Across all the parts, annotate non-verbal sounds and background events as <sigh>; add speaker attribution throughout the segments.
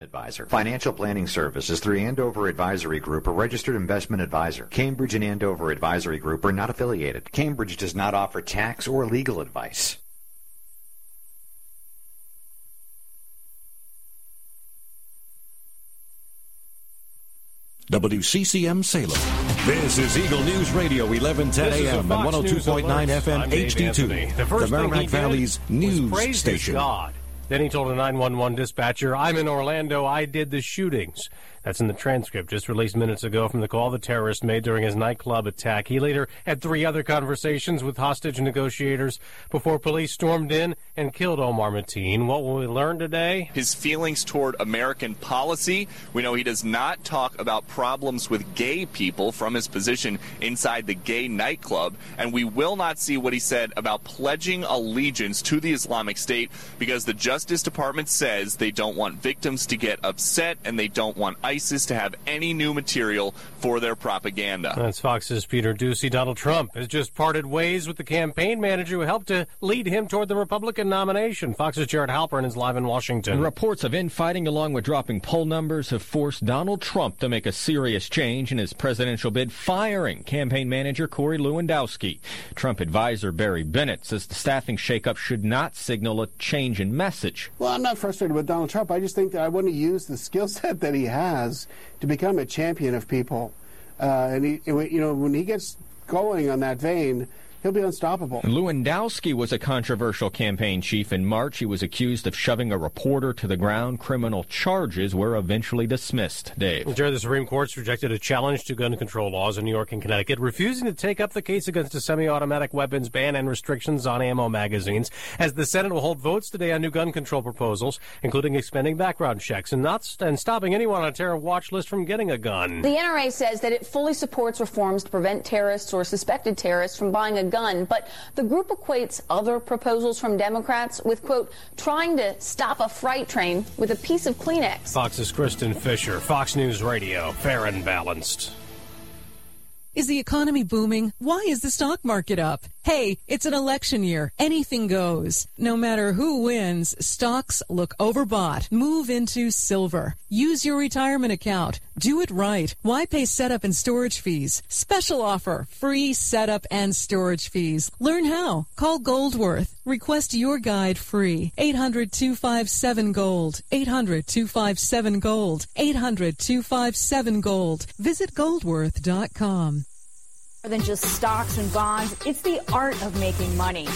Speaker 1: advisor.
Speaker 2: Financial Planning Services through Andover Advisory Group, a registered investment advisor. Cambridge and Andover Advisory Group are not affiliated. Cambridge does not offer tax or legal advice.
Speaker 3: WCCM Salem. This is Eagle News Radio, 1110
Speaker 4: This is
Speaker 3: AM
Speaker 4: a
Speaker 3: and
Speaker 4: Fox
Speaker 3: 102.9
Speaker 4: News alert.
Speaker 3: FM
Speaker 4: I'm Dave Anthony.
Speaker 3: HD2.
Speaker 4: The first thing he
Speaker 3: Merrimack
Speaker 4: did
Speaker 3: Valley's
Speaker 4: was
Speaker 3: news
Speaker 4: praise his
Speaker 3: station.
Speaker 4: God. Then he told a 911 dispatcher, I'm in Orlando. I did the shootings. That's in the transcript just released minutes ago from the call the terrorist made during his nightclub attack. He later had three other conversations with hostage negotiators before police stormed in and killed Omar Mateen. What will we learn today?
Speaker 5: his feelings toward American policy. We know he does not talk about problems with gay people from his position inside the gay nightclub. And we will not see what he said about pledging allegiance to the Islamic State because the Justice Department says they don't want victims to get upset and they don't want ISIS to have any new material for their propaganda.
Speaker 6: Uh,
Speaker 4: That's Fox's Peter Ducey. Donald Trump has just parted ways with the campaign manager who helped to lead him toward the Republican nomination. Fox's Jared Halpern is live in Washington.
Speaker 7: And reports of infighting along with dropping poll numbers have forced Donald Trump to make a serious change in his presidential bid, firing campaign manager Corey Lewandowski. Trump advisor Barry Bennett says the staffing shakeup should not signal a change in message.
Speaker 8: Well, I'm not frustrated with Donald Trump. I just think that I want to use the skill <laughs> set that he has to become a champion of people. Uh, and, he, and we- you know, when he gets going on that vein, he'll be unstoppable.
Speaker 7: Lewandowski was a controversial campaign chief. In March, he was accused of shoving a reporter to the ground. Criminal charges were eventually dismissed. Dave.
Speaker 4: Jared, the Supreme Court's rejected a challenge to gun control laws in New York and Connecticut, refusing to take up the case against a semi-automatic weapons ban and restrictions on ammo magazines, as the Senate will hold votes today on new gun control proposals, including expanding background checks and not and stopping anyone on a terror watch list from getting a gun.
Speaker 9: The NRA says that it fully supports reforms to prevent terrorists or suspected terrorists from buying a gun, but the group equates other proposals from Democrats with, quote, trying to stop a freight train with a piece of Kleenex.
Speaker 4: Fox's Kristen Fisher, Fox News Radio, fair and balanced.
Speaker 10: Is the economy booming? Why is the stock market up? Hey, it's an election year. Anything goes. No matter who wins, stocks look overbought. Move into silver. Use your retirement account. Do it right. Why pay setup and storage fees? Special offer. Free setup and storage fees. Learn how. Call Goldworth. Request your guide free. 800-257-GOLD. 800-257-GOLD. 800-257-GOLD. Visit goldworth.com.
Speaker 11: More than just stocks and bonds, it's the art of making money.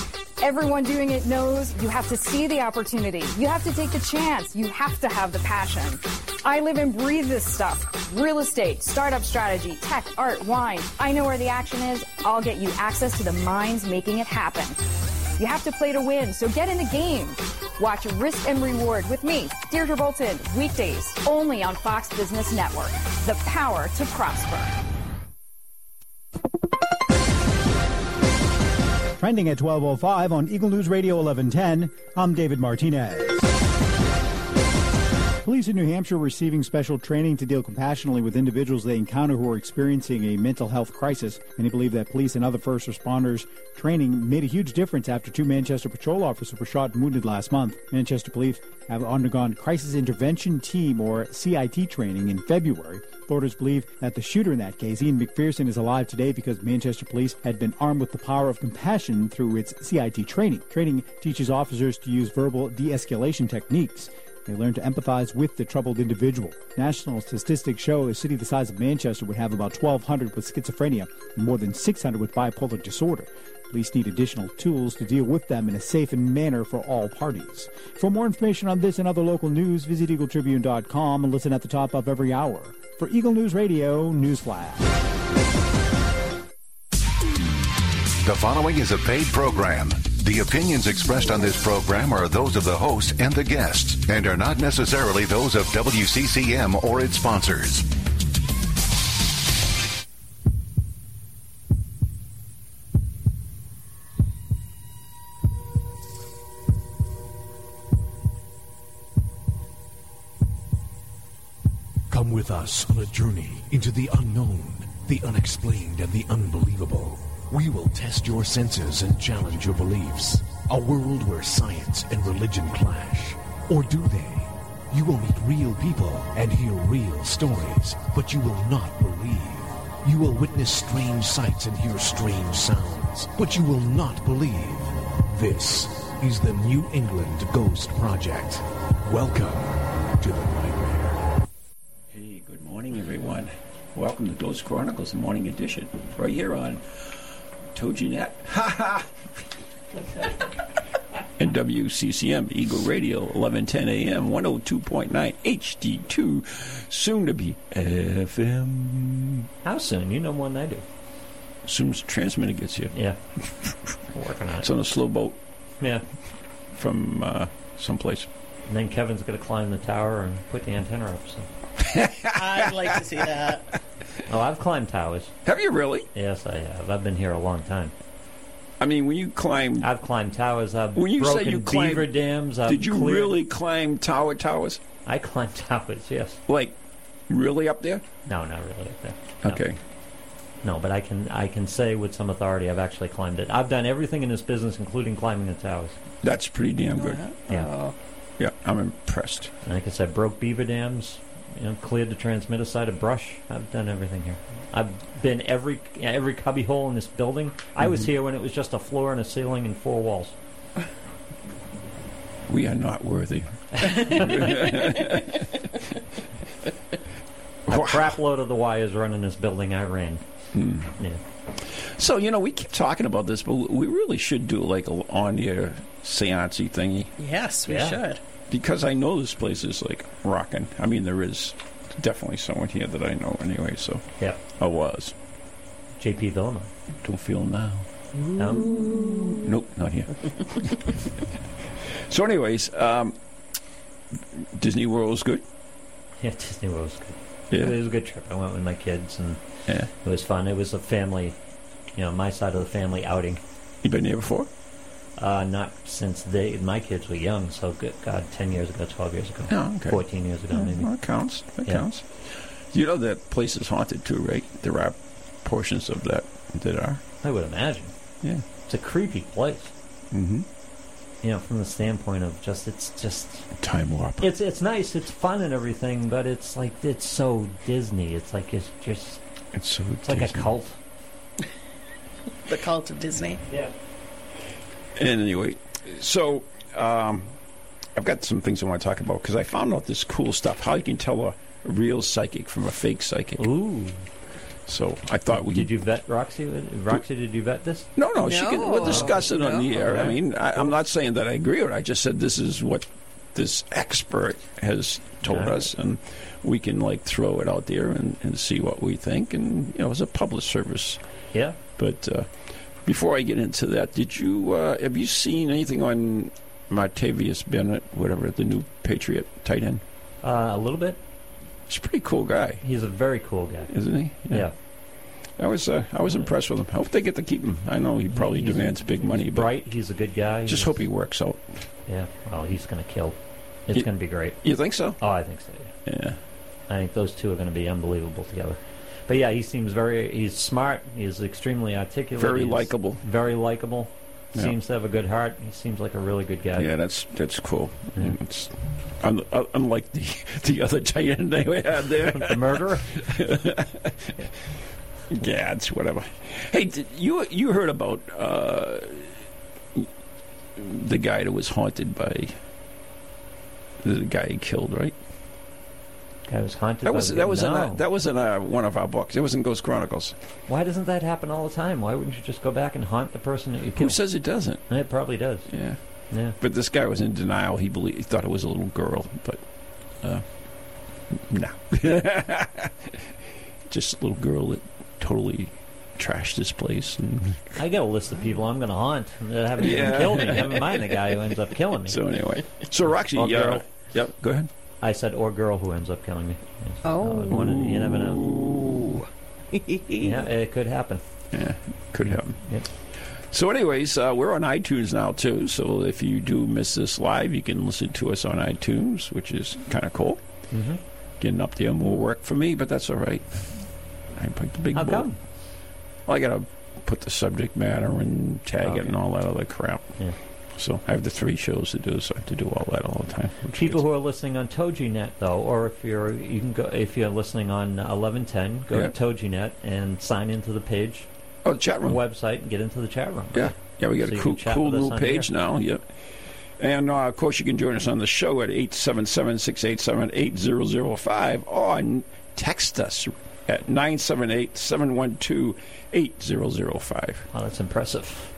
Speaker 11: Everyone doing it knows you have to see the opportunity. You have to take the chance. You have to have the passion. I live and breathe this stuff. Real estate, startup strategy, tech, art, wine. I know where the action is. I'll get you access to the minds making it happen. You have to play to win, so get in the game. Watch Risk and Reward with me, Deirdre Bolton, weekdays, only on Fox Business Network. The power to prosper.
Speaker 12: Trending at 1205 on Eagle News Radio 1110, I'm David Martinez. Police in New Hampshire are receiving special training to deal compassionately with individuals they encounter who are experiencing a mental health crisis. Many believe that police and other first responders training made a huge difference after two Manchester patrol officers were shot and wounded last month. Manchester police have undergone Crisis Intervention Team, or CIT, training in February. Authorities believe that the shooter in that case, Ian McPherson, is alive today because Manchester police had been armed with the power of compassion through its CIT training. Training teaches officers to use verbal de escalation techniques. They learn to empathize with the troubled individual. National statistics show a city the size of Manchester would have about 1,200 with schizophrenia and more than 600 with bipolar disorder. Police need additional tools to deal with them in a safe and manner for all parties. For more information on this and other local news, visit eagletribune.com and listen at the top of every hour. For Eagle News Radio, Newsflash.
Speaker 13: The following is a paid program. The opinions expressed on this program are those of the host and the guests and are not necessarily those of WCCM or its sponsors.
Speaker 14: Come with us on a journey into the unknown, the unexplained, and the unbelievable. We will test your senses and challenge your beliefs. A world where science and religion clash. Or do they? You will meet real people and hear real stories, but you will not believe. You will witness strange sights and hear strange sounds, but you will not believe. This is the New England Ghost Project. Welcome to the nightmare.
Speaker 1: Hey, good morning, everyone. Welcome to Ghost Chronicles Morning Edition, right here on <laughs> TojiNet. Ha ha! And WCCM Eagle Radio, 1110 AM, 102.9 HD2, soon to be FM. How soon? You know more than I do. As soon as the transmitter gets here. <laughs> Yeah.
Speaker 6: working on it.
Speaker 1: It's on a slow boat.
Speaker 6: Yeah.
Speaker 1: From uh, someplace.
Speaker 6: And then Kevin's going to climb the tower and put the antenna up. So.
Speaker 15: <laughs> I'd like to see that.
Speaker 6: Oh, I've climbed towers.
Speaker 1: Have you really?
Speaker 6: Yes, I have. I've been here a long time. <laughs>
Speaker 1: I mean, when you climb,
Speaker 6: I've climbed towers. I've
Speaker 1: When you
Speaker 6: broken
Speaker 1: say you climbed,
Speaker 6: beaver dams. I've
Speaker 1: did you
Speaker 6: cleared-
Speaker 1: really climb tower towers?
Speaker 6: I climbed towers. Yes.
Speaker 1: Like, really up there?
Speaker 6: No, not really up there. No.
Speaker 1: Okay.
Speaker 6: No, but I can I can say with some authority I've actually climbed it. I've done everything in this business, including climbing the towers.
Speaker 1: That's pretty damn good. Uh,
Speaker 6: Yeah.
Speaker 1: yeah, I'm impressed.
Speaker 6: Like I said, broke beaver dams, you know, cleared the transmitter side of brush. I've done everything here. I've been every every cubby hole in this building. I was
Speaker 1: Mhm.
Speaker 6: here when it was just a floor and a ceiling and four walls.
Speaker 1: We are not worthy.
Speaker 6: A crap load of the wires running this building I ran. Yeah.
Speaker 1: So you know, we keep talking about this, but we really should do like a on-air seancey thingy.
Speaker 15: Yes, we should.
Speaker 1: Because I know this place is like rocking. I mean, there is definitely someone here that I know anyway. So
Speaker 6: yeah,
Speaker 1: I was.
Speaker 6: J.P. Vilma.
Speaker 1: Don't feel now.
Speaker 6: Um,
Speaker 1: Nope, not here. so, anyways, um, Disney World was good.
Speaker 6: <laughs> Yeah, Disney World was good.
Speaker 1: Yeah.
Speaker 6: It was a good trip. I went with my kids and
Speaker 1: Yeah.
Speaker 6: it was fun. It was a family, you know, my side of the family outing.
Speaker 1: You been here before?
Speaker 6: Uh, not since they my kids were young. So good God, ten years ago, twelve years ago,
Speaker 1: Oh, okay.
Speaker 6: fourteen years ago,
Speaker 1: Yeah,
Speaker 6: maybe.
Speaker 1: well, it counts. It
Speaker 6: Yeah.
Speaker 1: counts. You know that place is haunted too, right? There are portions of that that are.
Speaker 6: I would imagine.
Speaker 1: Yeah.
Speaker 6: It's a creepy place.
Speaker 1: Mm-hmm.
Speaker 6: You know, from the standpoint of just it's just
Speaker 1: time warp.
Speaker 6: It's it's nice, it's fun and everything, but it's like it's so Disney. It's like it's just
Speaker 1: it's so
Speaker 6: it's like a cult.
Speaker 15: The cult of Disney.
Speaker 6: Yeah.
Speaker 1: And anyway, so um, I've got some things I want to talk about because I found out this cool stuff how you can tell a real psychic from a fake psychic.
Speaker 6: Ooh.
Speaker 1: So I thought we
Speaker 6: Did you vet Roxy? Roxy, did you vet this?
Speaker 1: No, no, she can, we'll discuss it on the air. I
Speaker 6: Okay.
Speaker 1: mean, I, I'm not saying that I agree with it. I just said this is what this expert has told
Speaker 6: All right.
Speaker 1: us, and we can like throw it out there and, and see what we think. And you know, it's a public service.
Speaker 6: Yeah.
Speaker 1: But uh, before I get into that, did you uh, have you seen anything on Martavius Bennett, whatever the new Patriot tight end?
Speaker 6: Uh, a little bit.
Speaker 1: He's a pretty cool guy,
Speaker 6: He's a very cool guy,
Speaker 1: isn't he?
Speaker 6: Yeah.
Speaker 1: I was uh, I was impressed with him. I hope they get to keep him. I know he probably
Speaker 6: He's-
Speaker 1: demands big money, but
Speaker 6: Bright, he's a good guy.
Speaker 1: just
Speaker 6: He's-
Speaker 1: hope he works out.
Speaker 6: Yeah. Well, he's going to kill. It's
Speaker 1: You-
Speaker 6: going to be great.
Speaker 1: You think so?
Speaker 6: Oh, I think so. Yeah.
Speaker 1: Yeah.
Speaker 6: I think those two are going to be unbelievable together. But yeah, he seems very. He's smart. He's extremely articulate.
Speaker 1: Very
Speaker 6: he's
Speaker 1: likable.
Speaker 6: Very likable.
Speaker 1: Yeah.
Speaker 6: Seems to have a good heart. He seems like a really good guy.
Speaker 1: Yeah, that's that's cool.
Speaker 6: Yeah.
Speaker 1: It's un- un- unlike the <laughs> the other tight end they had there,
Speaker 6: the murderer.
Speaker 1: <laughs> yeah, it's whatever. Hey, did you you heard about uh, the guy that was haunted by the guy he killed, right?
Speaker 6: Guy was haunted.
Speaker 1: That
Speaker 6: by
Speaker 1: was
Speaker 6: the-
Speaker 1: that was in
Speaker 6: No.
Speaker 1: our, that was in our, one of our books. It was in Ghost Chronicles.
Speaker 6: Why doesn't that happen all the time? Why wouldn't you just go back and haunt the person that you
Speaker 1: Who
Speaker 6: killed?
Speaker 1: says it doesn't?
Speaker 6: It probably does.
Speaker 1: Yeah,
Speaker 6: Yeah.
Speaker 1: but this guy was in denial. He believed he thought it was a little girl, but uh, no, <laughs> just a little girl that totally trashed this place. And
Speaker 6: <laughs> I got a list of people I'm going to haunt that haven't
Speaker 1: Yeah.
Speaker 6: even
Speaker 1: <laughs>
Speaker 6: killed me. Never mind the guy who ends up killing me.
Speaker 1: so anyway, so Roxy,
Speaker 6: Or
Speaker 1: uh,
Speaker 6: girl.
Speaker 1: yep, go ahead.
Speaker 6: I said, or girl who ends up killing me. Yes.
Speaker 15: Oh.
Speaker 6: One of the- you never know. Yeah,
Speaker 15: yeah.
Speaker 6: it could happen.
Speaker 1: Yeah, could happen.
Speaker 6: Yep.
Speaker 1: So, anyways, uh, we're on iTunes now too. So if you do miss this live, you can listen to us on iTunes, which is kind of cool.
Speaker 6: Mm-hmm.
Speaker 1: Getting up there more work for me, but that's all right. I picked the big
Speaker 6: How
Speaker 1: boy.
Speaker 6: come?
Speaker 1: I gotta put the subject matter and tag
Speaker 6: Okay.
Speaker 1: it and all that other crap.
Speaker 6: Yeah.
Speaker 1: So I have the three shows to do, so I have to do all that all the time. which
Speaker 6: People who are listening on TojiNet though, or if you're you can go if you're listening on 1110, go
Speaker 1: Yeah.
Speaker 6: to TojiNet and sign into the page.
Speaker 1: Oh, chat room
Speaker 6: website and get into the chat room.
Speaker 1: Yeah, yeah, we got
Speaker 6: So
Speaker 1: a
Speaker 6: you
Speaker 1: cool,
Speaker 6: can chat
Speaker 1: cool
Speaker 6: with us
Speaker 1: new
Speaker 6: on
Speaker 1: page
Speaker 6: here.
Speaker 1: now. Yep. And uh, of course, you can join us on the show at 877 687 8005 or n- text us at 978 712 8005.
Speaker 6: Wow, that's impressive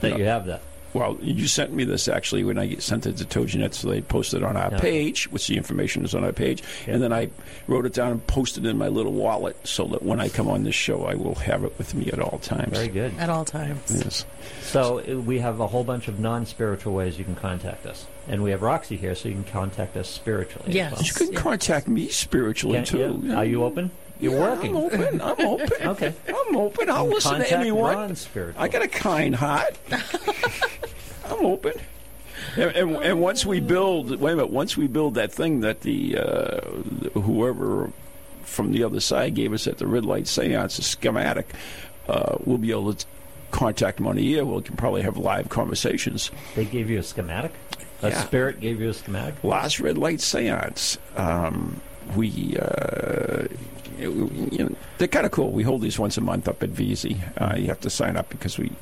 Speaker 6: that you have that.
Speaker 1: Well, you sent me this actually when I sent it to TojiNet, so they posted it on our
Speaker 6: Yeah.
Speaker 1: page, which the information is on our page, and then I wrote it down and posted it in my little wallet so that when I come on this show, I will have it with me at all times.
Speaker 6: Very good.
Speaker 15: At all times.
Speaker 1: Yes.
Speaker 6: So uh, we have a whole bunch of non-spiritual ways you can contact us, and we have Roxy here, so you can contact us spiritually. as well.
Speaker 1: You can contact me spiritually
Speaker 6: Can't
Speaker 1: too.
Speaker 6: you? Are you open? You're
Speaker 1: Yeah,
Speaker 6: working.
Speaker 1: I'm open. I'm open.
Speaker 6: <laughs> okay.
Speaker 1: I'm open. I'll
Speaker 6: You
Speaker 1: listen to
Speaker 6: contact
Speaker 1: anyone.
Speaker 6: Ron spiritually.
Speaker 1: I got a kind <laughs> heart. I'm open. And, and, and once we build, wait a minute. Once we build that thing that the uh, whoever from the other side gave us at the red light seance, a schematic, uh, we'll be able to contact them on the air. We can probably have live conversations.
Speaker 6: They gave you a schematic. A
Speaker 1: Yeah.
Speaker 6: spirit gave you a schematic.
Speaker 1: Last Red Light Seance. Um, we, uh, you know, they're kind of cool. We hold these once a month up at VZ. Uh, you have to sign up because we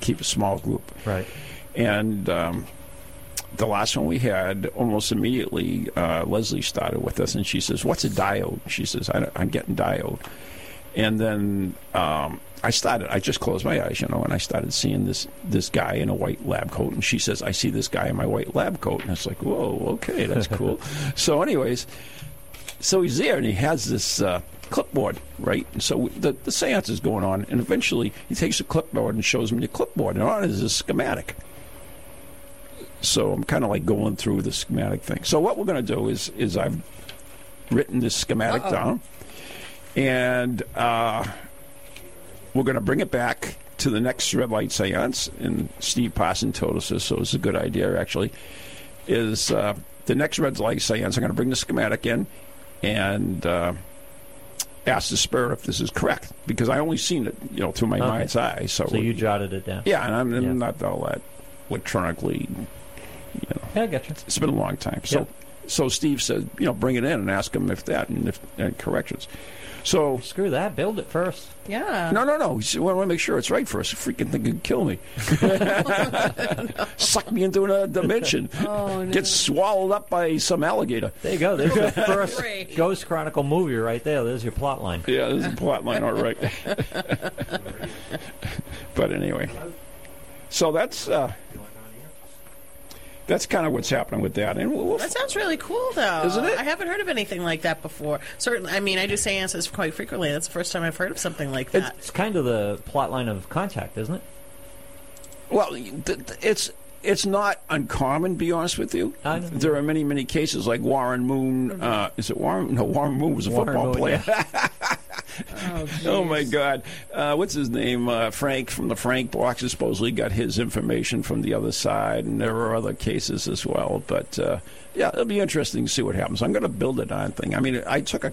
Speaker 1: keep a small group.
Speaker 6: Right.
Speaker 1: And um, the last one we had, almost immediately, uh, Leslie started with us, and she says, "What's a diode?" She says, I don't- "I'm getting diode." And then um, I started. I just closed my eyes, you know, and I started seeing this this guy in a white lab coat. And she says, "I see this guy in my white lab coat," and it's like, "Whoa, okay, that's cool." so, anyways, so he's there and he has this uh, clipboard, right? And so the, the seance is going on, and eventually he takes a clipboard and shows me the clipboard, and on it is a schematic. So I'm kind of like going through the schematic thing. So what we're going to do is is I've written this schematic
Speaker 16: Uh-oh.
Speaker 1: down, and uh, we're going to bring it back to the next red light seance. And Steve Parson told us this, so it's a good idea actually. Is uh, the next red light seance? I'm going to bring the schematic in, and. Uh, ask the spirit if this is correct because I only seen it, you know, through my
Speaker 6: Okay.
Speaker 1: mind's eye. So,
Speaker 6: So you jotted it down.
Speaker 1: Yeah, and I'm, I'm
Speaker 6: Yeah.
Speaker 1: not all that electronically. You know,
Speaker 6: yeah, I gotcha.
Speaker 1: It's been a long time. So, so Steve said, you know, bring it in and ask him if that and if and corrections. So
Speaker 6: screw that. Build it first.
Speaker 15: Yeah.
Speaker 1: No, no, no. He said, well, I want to make sure it's right first. Freaking thing could kill me. <laughs> Suck me into another dimension.
Speaker 6: Oh, no.
Speaker 1: Get swallowed up by some alligator.
Speaker 6: There you go. There's your first Ghost Chronicle movie right there. There's your plot line.
Speaker 1: Yeah, there's a plot line, all right. but anyway, so that's uh, that's kind of what's happening with that. And we'll, we'll-
Speaker 15: That sounds really cool, though.
Speaker 1: Isn't it?
Speaker 15: I haven't heard of anything like that before. Certainly, I mean, I do seances quite frequently. That's the first time I've heard of something like that.
Speaker 6: <laughs> It's kind of the plot line of Contact, isn't it?
Speaker 1: well, th- th- it's it's not uncommon. Be honest with you,
Speaker 6: I know.
Speaker 1: there are many many cases like Warren Moon. Uh, is it Warren? No, Warren Moon was a
Speaker 6: Warren
Speaker 1: football
Speaker 6: Moon,
Speaker 1: player. <laughs>
Speaker 15: oh,
Speaker 1: Oh my God! Uh, what's his name? Uh, Frank from the Frank box supposedly got his information from the other side, and there are other cases as well. But uh, yeah, it'll be interesting to see what happens. I'm going to build it on thing. I mean, I took a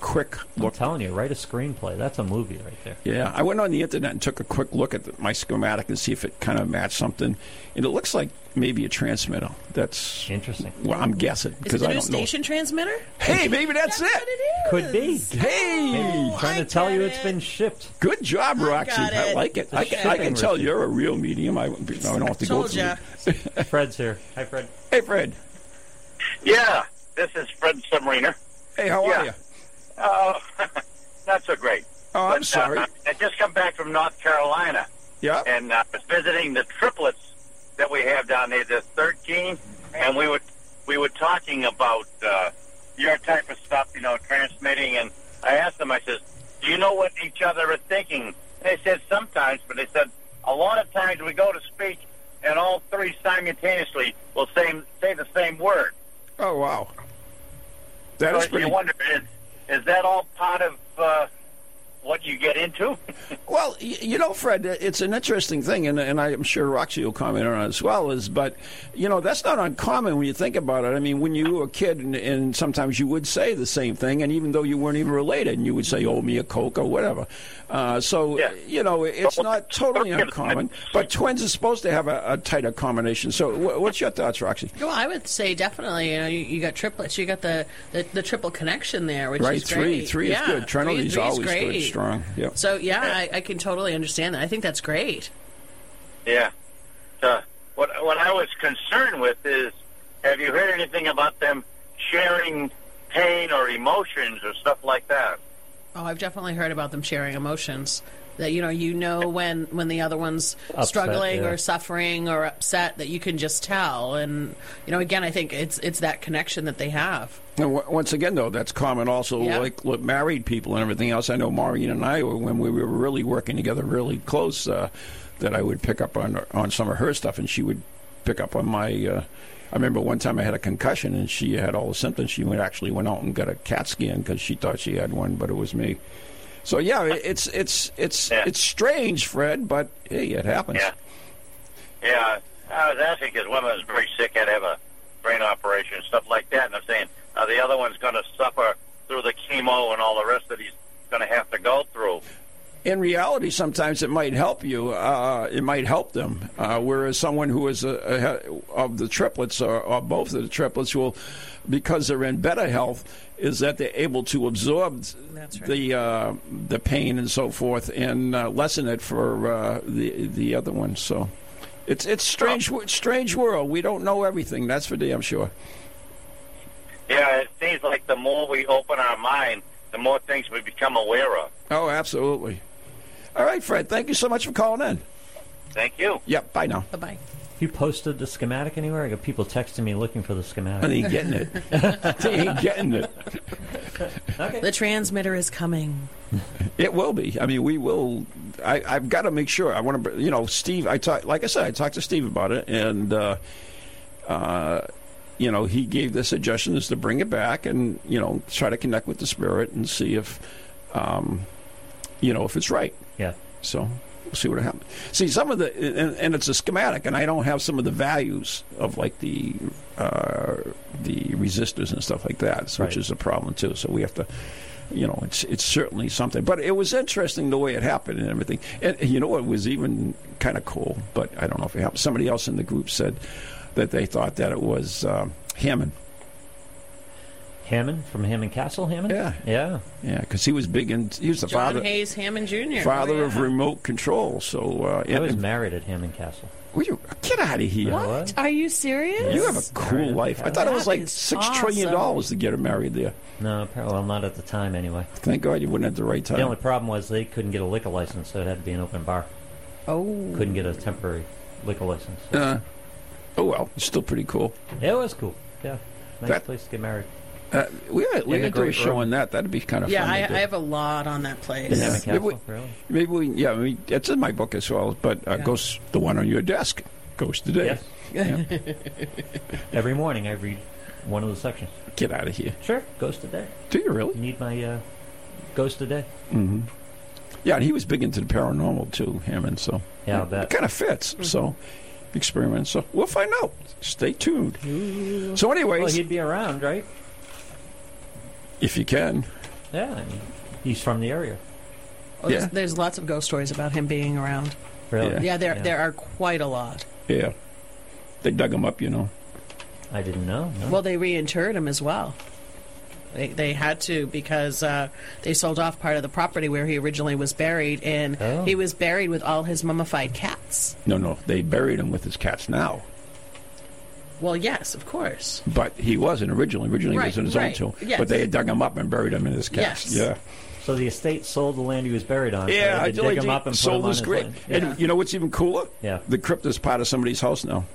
Speaker 1: quick
Speaker 6: I'm telling you, write a screenplay. That's a movie right there.
Speaker 1: yeah, I went on the internet and took a quick look at the, my schematic and see if it kind of matched something, and it looks like maybe a transmitter. That's
Speaker 6: interesting.
Speaker 1: Well, I'm guessing
Speaker 15: Is it
Speaker 1: because
Speaker 15: the
Speaker 1: I
Speaker 15: new
Speaker 1: don't know.
Speaker 15: station transmitter?
Speaker 1: Hey, maybe that's, it.
Speaker 6: Could be.
Speaker 1: Hey,
Speaker 6: trying to tell you it's been shipped.
Speaker 1: Good job, Roxy.
Speaker 6: got
Speaker 1: I
Speaker 6: it.
Speaker 1: like it.
Speaker 6: It's a
Speaker 1: I, can- I
Speaker 6: shipping
Speaker 1: can tell
Speaker 6: receipt.
Speaker 1: you're a real medium. I, I don't have to go
Speaker 6: Told
Speaker 1: through.
Speaker 6: ya. Fred's here. Hi, Fred.
Speaker 1: Hey, Fred.
Speaker 17: Yeah, this is Fred Submariner.
Speaker 1: Hey, how
Speaker 17: yeah.
Speaker 1: are you?
Speaker 17: Oh, not so great. uh,
Speaker 1: Oh, I'm sorry.
Speaker 17: I just come back from North Carolina.
Speaker 1: Yeah.
Speaker 17: And uh, was visiting the triplets that we have down there, the 13, and we were we were talking about uh, your type of stuff, you know, transmitting. And I asked them, I says, "Do you know what each other are thinking?" They said sometimes, but they said a lot of times we go to speak, and all three simultaneously will say say the same word.
Speaker 1: Oh, wow. That
Speaker 17: so
Speaker 1: is pretty.
Speaker 17: You wonder is, is that all part of uh, what you get into?
Speaker 1: Well, y- you know, Fred, it's an interesting thing, and, and I'm sure Roxy will comment on it as well. Is but you know that's not uncommon when you think about it. I mean, when you were a kid, and, and sometimes you would say the same thing, and even though you weren't even related, and you would say, "Owe me a coke" or whatever. Uh, so you know, it's not totally
Speaker 17: <laughs>
Speaker 1: uncommon. But twins are supposed to have a, a tighter combination. So, wh- what's your thoughts, Roxy?
Speaker 15: Well, I would say definitely. You know, you, you got triplets. You got the, the, the triple connection there, which
Speaker 1: right,
Speaker 15: is
Speaker 1: three,
Speaker 15: great.
Speaker 1: three
Speaker 15: yeah.
Speaker 1: is good.
Speaker 15: Three-
Speaker 1: Trinity's
Speaker 15: three is
Speaker 1: always
Speaker 15: great.
Speaker 1: good, strong. Yeah.
Speaker 15: So yeah, I, I can totally understand that. I think that's great.
Speaker 17: Yeah. Uh, what what I was concerned with is, have you heard anything about them sharing pain or emotions or stuff like that?
Speaker 15: Oh, I've definitely heard about them sharing emotions. That you know, you know when when the other one's
Speaker 17: Upset,
Speaker 15: struggling
Speaker 17: yeah.
Speaker 15: or suffering or upset, that you can just tell. And you know, again, I think it's it's that connection that they have.
Speaker 1: And w- once again, though, that's common also,
Speaker 15: Yeah.
Speaker 1: like with married people and everything else. I know Maureen and I, were, when we were really working together really close, uh, that I would pick up on on some of her stuff, and she would pick up on my. Uh, I remember one time I had a concussion, and she had all the symptoms. She went, actually went out and got a CAT scan because she thought she had one, but it was me. So yeah, it- it's it's it's it's strange, Fred, but hey, it happens.
Speaker 17: Yeah, I was asking because one was very sick, had to have a brain operation, stuff like that, and I'm saying uh, the other one's going to suffer through the chemo and all the rest that he's going to have to go through.
Speaker 1: in reality, sometimes it might help you. Uh, it might help them. Uh, whereas someone who is a, a, of the triplets or, or both of the triplets will, because they're in better health, is that they're able to absorb the uh, the pain and so forth and uh, lessen it for uh, the the other one. So. It's it's strange wo- strange world. We don't know everything. That's for damn sure.
Speaker 17: Yeah, it seems like the more we open our mind, the more things we become aware of.
Speaker 1: Oh, absolutely. All right, Fred. Thank you so much for calling in.
Speaker 17: Thank you.
Speaker 1: Yep. Bye now.
Speaker 15: Bye bye.
Speaker 6: Have you posted the schematic anywhere? I got people texting me looking for the schematic.
Speaker 1: I ain't getting it. I ain't getting it.
Speaker 15: The transmitter is coming.
Speaker 1: It will be. I mean, we will. I, I've got to make sure. I want to. You know, Steve. I talk. Like I said, I talked to Steve about it, and uh, uh, you know, he gave the suggestion is to bring it back and you know try to connect with the spirit and see if, um, you know, if it's right.
Speaker 6: Yeah.
Speaker 1: So we'll see what happens. See some of the and, and it's a schematic, and I don't have some of the values of like the uh, the resistors and stuff like that, so- which
Speaker 6: Right.
Speaker 1: is a problem too. So we have to. You know, it's it's certainly something, but it was interesting the way it happened and everything. And you know, it was even kind of cool, but I don't know if it happened. Somebody else in the group said that they thought that it was um, Hammond.
Speaker 6: Hammond from Hammond Castle, Hammond? Yeah. Yeah.
Speaker 1: Yeah, because he was big and he was the
Speaker 15: John
Speaker 1: father
Speaker 15: Hayes Hammond Jr.
Speaker 1: father
Speaker 15: Oh,
Speaker 1: of
Speaker 15: yeah.
Speaker 1: remote control. So uh,
Speaker 6: I was
Speaker 1: and-
Speaker 6: married at Hammond Castle.
Speaker 1: Will you get out of here?
Speaker 6: What?
Speaker 11: Are you serious?
Speaker 1: You have a cool life. I thought it was
Speaker 11: That
Speaker 1: like
Speaker 11: is
Speaker 1: six trillion
Speaker 11: awesome.
Speaker 1: dollars to get her married there.
Speaker 6: No, apparently- well, not at the time anyway.
Speaker 1: Thank God you wouldn't at the right time.
Speaker 6: The only problem was they couldn't get a liquor license, so it had to be an open bar.
Speaker 11: Oh.
Speaker 6: Couldn't get a temporary liquor license.
Speaker 1: Uh, oh well, it's still pretty cool.
Speaker 6: It was cool. Yeah. Nice
Speaker 1: That-
Speaker 6: place to get married.
Speaker 1: Uh, we had, we
Speaker 6: In the
Speaker 1: had to do a
Speaker 6: great
Speaker 1: show
Speaker 6: room.
Speaker 1: on that. That'd be kind of
Speaker 15: yeah,
Speaker 1: fun.
Speaker 15: I,
Speaker 1: to do.
Speaker 15: I have a lot on that place.
Speaker 1: Yeah. Maybe we- Maybe we, yeah, we, that's in my book as well. But uh, Ghost, the one on your desk, Ghost today.
Speaker 6: Yes.
Speaker 15: <laughs>
Speaker 6: Every morning I read one of the sections.
Speaker 1: Get out of here.
Speaker 6: Sure. Ghost today.
Speaker 1: Do you really?
Speaker 6: Need my uh, ghost today?
Speaker 1: hmm Yeah, and he was big into the paranormal too, Hammond. So
Speaker 6: Yeah, Mm-hmm. I'll
Speaker 1: it,
Speaker 6: bet.
Speaker 1: kind of fits. So experiment. So we'll find out. Stay tuned. So, anyways,
Speaker 6: well, he'd be around, right?
Speaker 1: if you can,
Speaker 6: Yeah, I mean, he's from the area.
Speaker 15: Oh, there's, there's lots of ghost stories about him being around.
Speaker 6: Really?
Speaker 15: Yeah, there there are quite a lot.
Speaker 1: yeah, they dug him up, you know.
Speaker 6: I didn't know. no.
Speaker 15: Well, they reinterred him as well. They, they had to because uh, they sold off part of the property where he originally was buried, and
Speaker 1: Oh.
Speaker 15: he was buried with all his mummified cats.
Speaker 1: No, no, they buried him with his cats now,
Speaker 15: Well, yes, of course.
Speaker 1: but he wasn't originally. Originally, he was
Speaker 15: Right,
Speaker 1: in his
Speaker 15: right,
Speaker 1: own tomb,
Speaker 15: yes.
Speaker 1: but they had dug him up and buried him in his cats.
Speaker 15: Yes.
Speaker 1: Yeah.
Speaker 6: So the estate sold the land he was buried on. so
Speaker 1: Yeah,
Speaker 6: they
Speaker 1: I
Speaker 6: had to
Speaker 1: totally
Speaker 6: dig him
Speaker 1: did.
Speaker 6: up and put him
Speaker 1: sold
Speaker 6: on
Speaker 1: his
Speaker 6: his
Speaker 1: grave.
Speaker 6: land.
Speaker 1: And you know what's even cooler?
Speaker 6: Yeah.
Speaker 1: The crypt is part of somebody's house now.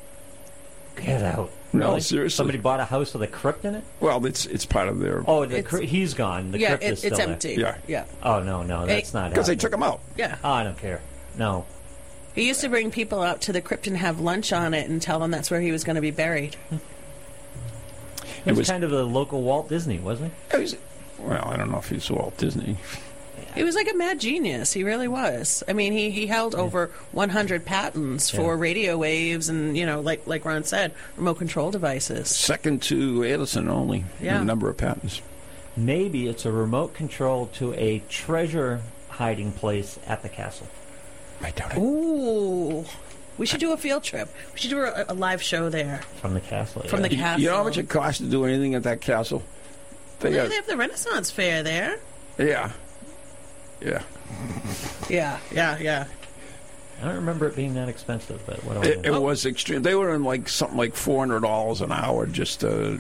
Speaker 6: Get out.
Speaker 1: No,
Speaker 6: Really?
Speaker 1: seriously.
Speaker 6: Somebody bought a house with a crypt in it?
Speaker 1: Well, it's it's part of their.
Speaker 6: Oh, the crypt, he's gone. The
Speaker 15: yeah,
Speaker 6: crypt
Speaker 15: it-
Speaker 6: is still
Speaker 15: it's
Speaker 6: there.
Speaker 15: empty. Yeah. Yeah.
Speaker 6: Oh no, no, that's
Speaker 15: Hey.
Speaker 6: not
Speaker 15: 'Cause they
Speaker 6: happening.
Speaker 15: took him
Speaker 1: out.
Speaker 15: Yeah.
Speaker 6: Oh, I don't care. No.
Speaker 15: He used to bring people out to the crypt and have lunch on it and tell them that's where he was going to be buried.
Speaker 6: It was kind of the local Walt Disney, wasn't
Speaker 1: it?
Speaker 6: it?
Speaker 1: Well, I don't know if he's Walt Disney.
Speaker 15: He was like a mad genius. He really was. I mean, he, he held over 100 patents for
Speaker 1: Yeah.
Speaker 15: radio waves and, you know, like like Ron said, remote control devices.
Speaker 1: Second to Edison only in
Speaker 15: Yeah.
Speaker 1: the number of patents.
Speaker 6: Maybe it's a remote control to a treasure hiding place at the castle.
Speaker 1: I doubt it.
Speaker 15: Ooh. We should do a field trip. We should do a, a live show there.
Speaker 6: From the castle.
Speaker 15: From the
Speaker 1: You- You know how
Speaker 15: castle.
Speaker 1: much it costs to do anything at that castle? They
Speaker 15: Well,
Speaker 1: got,
Speaker 15: they have the Renaissance Fair there.
Speaker 1: yeah. Yeah.
Speaker 15: Yeah, yeah, yeah.
Speaker 6: I don't remember it being that expensive, but what do I
Speaker 1: It,
Speaker 6: know?
Speaker 1: it was extreme. They were in like something like four hundred dollars an hour just to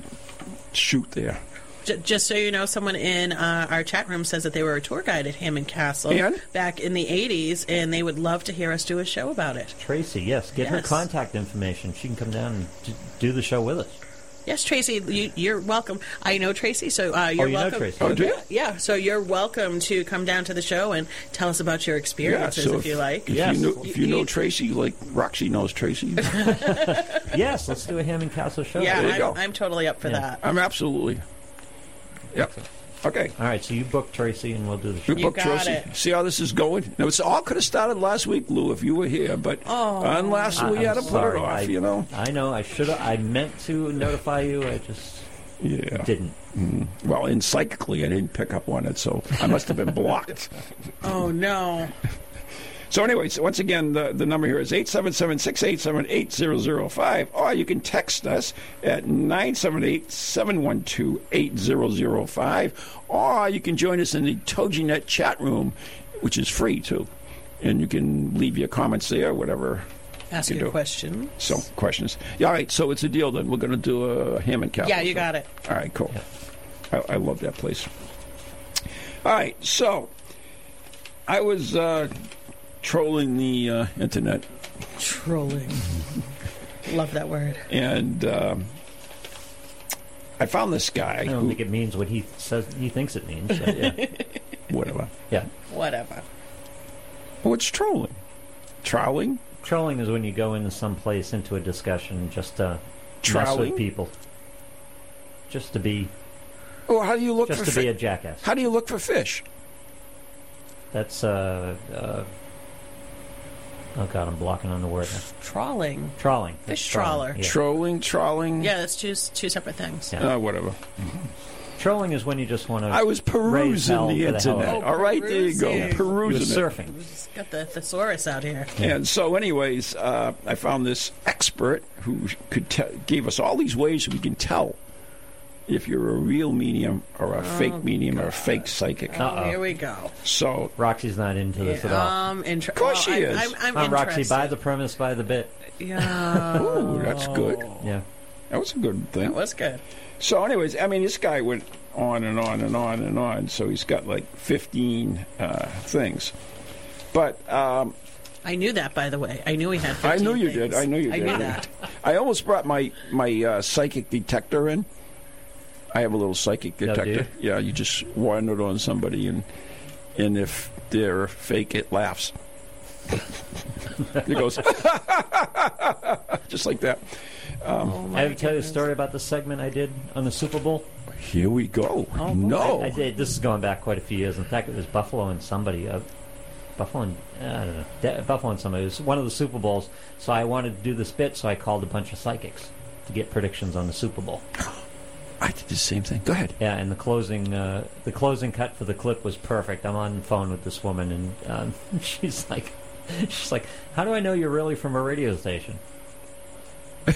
Speaker 1: shoot there.
Speaker 15: J- just so you know, someone in uh, our chat room says that they were a tour guide at Hammond Castle
Speaker 6: And?
Speaker 15: back in the 80s, and they would love to hear us do a show about it.
Speaker 6: Oh, Tracy, yes. Get her
Speaker 15: Yes.
Speaker 6: contact information. She can come down and d- do the show with us.
Speaker 15: Yes, Tracy, you, you're welcome. I know Tracy, so uh, you're
Speaker 6: you know
Speaker 15: welcome.
Speaker 6: Tracy. Oh, do you?
Speaker 15: Yeah, so you're welcome to come down to the show and tell us about your experiences
Speaker 1: so
Speaker 15: if, you like.
Speaker 1: If you know, if you know Tracy, like Roxy knows Tracy.
Speaker 6: yes, let's do a Hammond Castle show.
Speaker 15: yeah,
Speaker 1: there you go.
Speaker 15: I'm, I'm totally up for that.
Speaker 1: I'm absolutely. Yep. Okay.
Speaker 6: All right, so you book Tracy and we'll do the show.
Speaker 1: You book
Speaker 15: got
Speaker 1: Tracy.
Speaker 15: it.
Speaker 1: See how this is going? Now, it's all could have started last week, Lou, if you were here, but
Speaker 15: Oh.
Speaker 1: unless
Speaker 6: I-
Speaker 1: we
Speaker 6: I'm
Speaker 1: had to put it
Speaker 6: sorry.
Speaker 1: off,
Speaker 6: I-
Speaker 1: you know?
Speaker 6: I know. I should have. I meant to notify you. I just
Speaker 1: Yeah.
Speaker 6: didn't.
Speaker 1: Mm. Well, in psychically, I didn't pick up on it, so I must have been blocked.
Speaker 15: <laughs> Oh, no.
Speaker 1: So, anyways, once again, the, the number here is 877 687 8005, or you can text us at 978 712 8005, or you can join us in the TojiNet chat room, which is free too. And you can leave your comments there, whatever.
Speaker 15: Ask
Speaker 1: you
Speaker 15: your
Speaker 1: do.
Speaker 15: question.
Speaker 1: So, questions. Yeah, all right, so it's a deal then. We're going to do a Hammond Castle.
Speaker 15: Yeah, you
Speaker 1: show.
Speaker 15: got it.
Speaker 1: All right, cool. I, I love that place. All right, so I was uh, trolling the uh, internet,
Speaker 15: Trolling. Love that word.
Speaker 1: and um I found this guy.
Speaker 6: I don't think it means what he says. He thinks it means. But yeah.
Speaker 1: <laughs> Whatever.
Speaker 6: yeah.
Speaker 15: Whatever.
Speaker 1: What's trolling? Trolling.
Speaker 6: Trolling is when you go into some place into a discussion just to mess
Speaker 1: Trolling?
Speaker 6: with people, just to be
Speaker 1: Well, how do you look
Speaker 6: just
Speaker 1: for
Speaker 6: to
Speaker 1: fi-
Speaker 6: be a jackass.
Speaker 1: How do you look for fish?
Speaker 6: That's uh, uh. Oh god, I'm blocking on the word. now.
Speaker 15: Trawling.
Speaker 6: Trolling.
Speaker 15: Fish
Speaker 6: That's
Speaker 15: trawler.
Speaker 6: Yeah.
Speaker 1: Trolling, trolling.
Speaker 15: Yeah, that's two, s- two separate things.
Speaker 6: Yeah.
Speaker 1: Uh, whatever.
Speaker 6: Trolling is when you just want to.
Speaker 1: I was perusing the internet.
Speaker 15: Oh,
Speaker 1: All right, there you go. Perusing. it.
Speaker 6: surfing.
Speaker 15: He's got the thesaurus out here.
Speaker 1: And so, anyways, uh, I found this expert who could tell gave us all these ways we can tell if you're a real medium or a fake medium or a fake psychic.
Speaker 15: Oh, here we go.
Speaker 1: So,
Speaker 6: Roxy's not into this at all.
Speaker 15: Um, inter-
Speaker 1: Of course
Speaker 15: oh,
Speaker 1: she
Speaker 15: I'm,
Speaker 1: is.
Speaker 15: I'm, I'm
Speaker 6: Huh, Roxy,
Speaker 15: interested.
Speaker 6: buy the premise, buy the bit.
Speaker 1: <laughs>
Speaker 15: Yeah.
Speaker 1: ooh, that's good.
Speaker 6: Yeah.
Speaker 1: That was a good thing.
Speaker 15: That was good.
Speaker 1: So, anyways, I mean, this guy went on and on and on and on. So he's got like 15 uh, things. But um,
Speaker 15: I knew that, by the way. I knew he had. 15
Speaker 1: I knew you
Speaker 15: things.
Speaker 1: did. I knew you
Speaker 15: I
Speaker 1: did.
Speaker 15: knew that.
Speaker 1: I almost brought my my uh, psychic detector in. I have a little psychic
Speaker 6: Oh, do
Speaker 1: detector. yeah, you just wind it on somebody, and and if they're fake, it laughs. it goes just like that.
Speaker 6: I have to tell you a story about the segment I did on the Super Bowl.
Speaker 1: Here we go. no,
Speaker 6: I, I did. This is going back quite a few years. In fact, it was Buffalo and somebody. Uh, Buffalo and I don't know. Da- Buffalo and somebody. It was one of the Super Bowls. So I wanted to do this bit. So I called a bunch of psychics to get predictions on the Super Bowl.
Speaker 1: I did the same thing. Go ahead.
Speaker 6: Yeah, and the closing uh, the closing cut for the clip was perfect. I'm on the phone with this woman, and um, <laughs> she's like, she's like, "How do I know you're really from a radio station?"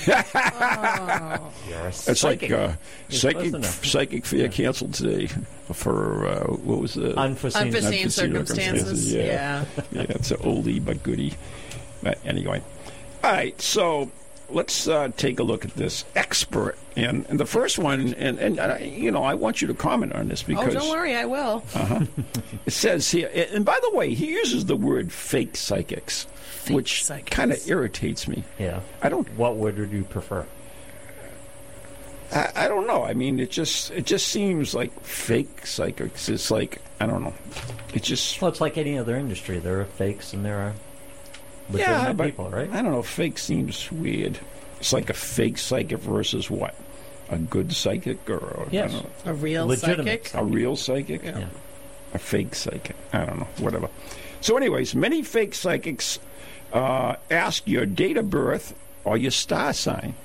Speaker 6: You're a
Speaker 1: It's
Speaker 6: psychic.
Speaker 1: like uh,
Speaker 6: You're supposed to
Speaker 1: psychic
Speaker 6: know.
Speaker 1: psychic fair canceled today for uh, what was the
Speaker 6: Unforeseen.
Speaker 15: Unforeseen,
Speaker 1: Unforeseen
Speaker 15: circumstances.
Speaker 1: circumstances,
Speaker 15: Yeah.
Speaker 1: yeah. yeah, it's an oldie but goodie. But anyway, all right. So let's uh, take a look at this expert, and, and the first one, and and, I, you know, I want you to comment on this
Speaker 15: Oh,
Speaker 1: because Uh-huh.
Speaker 15: don't worry, I will.
Speaker 1: it says here, and by the way, he uses the word fake psychics, which
Speaker 15: psychics.
Speaker 1: kind of irritates me.
Speaker 6: yeah.
Speaker 1: I don't,
Speaker 6: What word would you prefer?
Speaker 1: I, I don't know. I mean, it just it just seems like fake psychics. It's like I don't know. It just
Speaker 6: Well, it's like any other industry. There are fakes and there are legitimate
Speaker 1: yeah, but
Speaker 6: people, right?
Speaker 1: I don't know. Fake seems weird. It's like a fake psychic versus what? A good psychic or a, I
Speaker 6: Yes.
Speaker 1: don't know,
Speaker 15: A real
Speaker 6: Legitimate.
Speaker 15: psychic.
Speaker 1: a real psychic?
Speaker 15: Yeah.
Speaker 6: Yeah.
Speaker 1: a fake psychic. I don't know, whatever. So, anyways, many fake psychics uh, ask your date of birth or your star sign.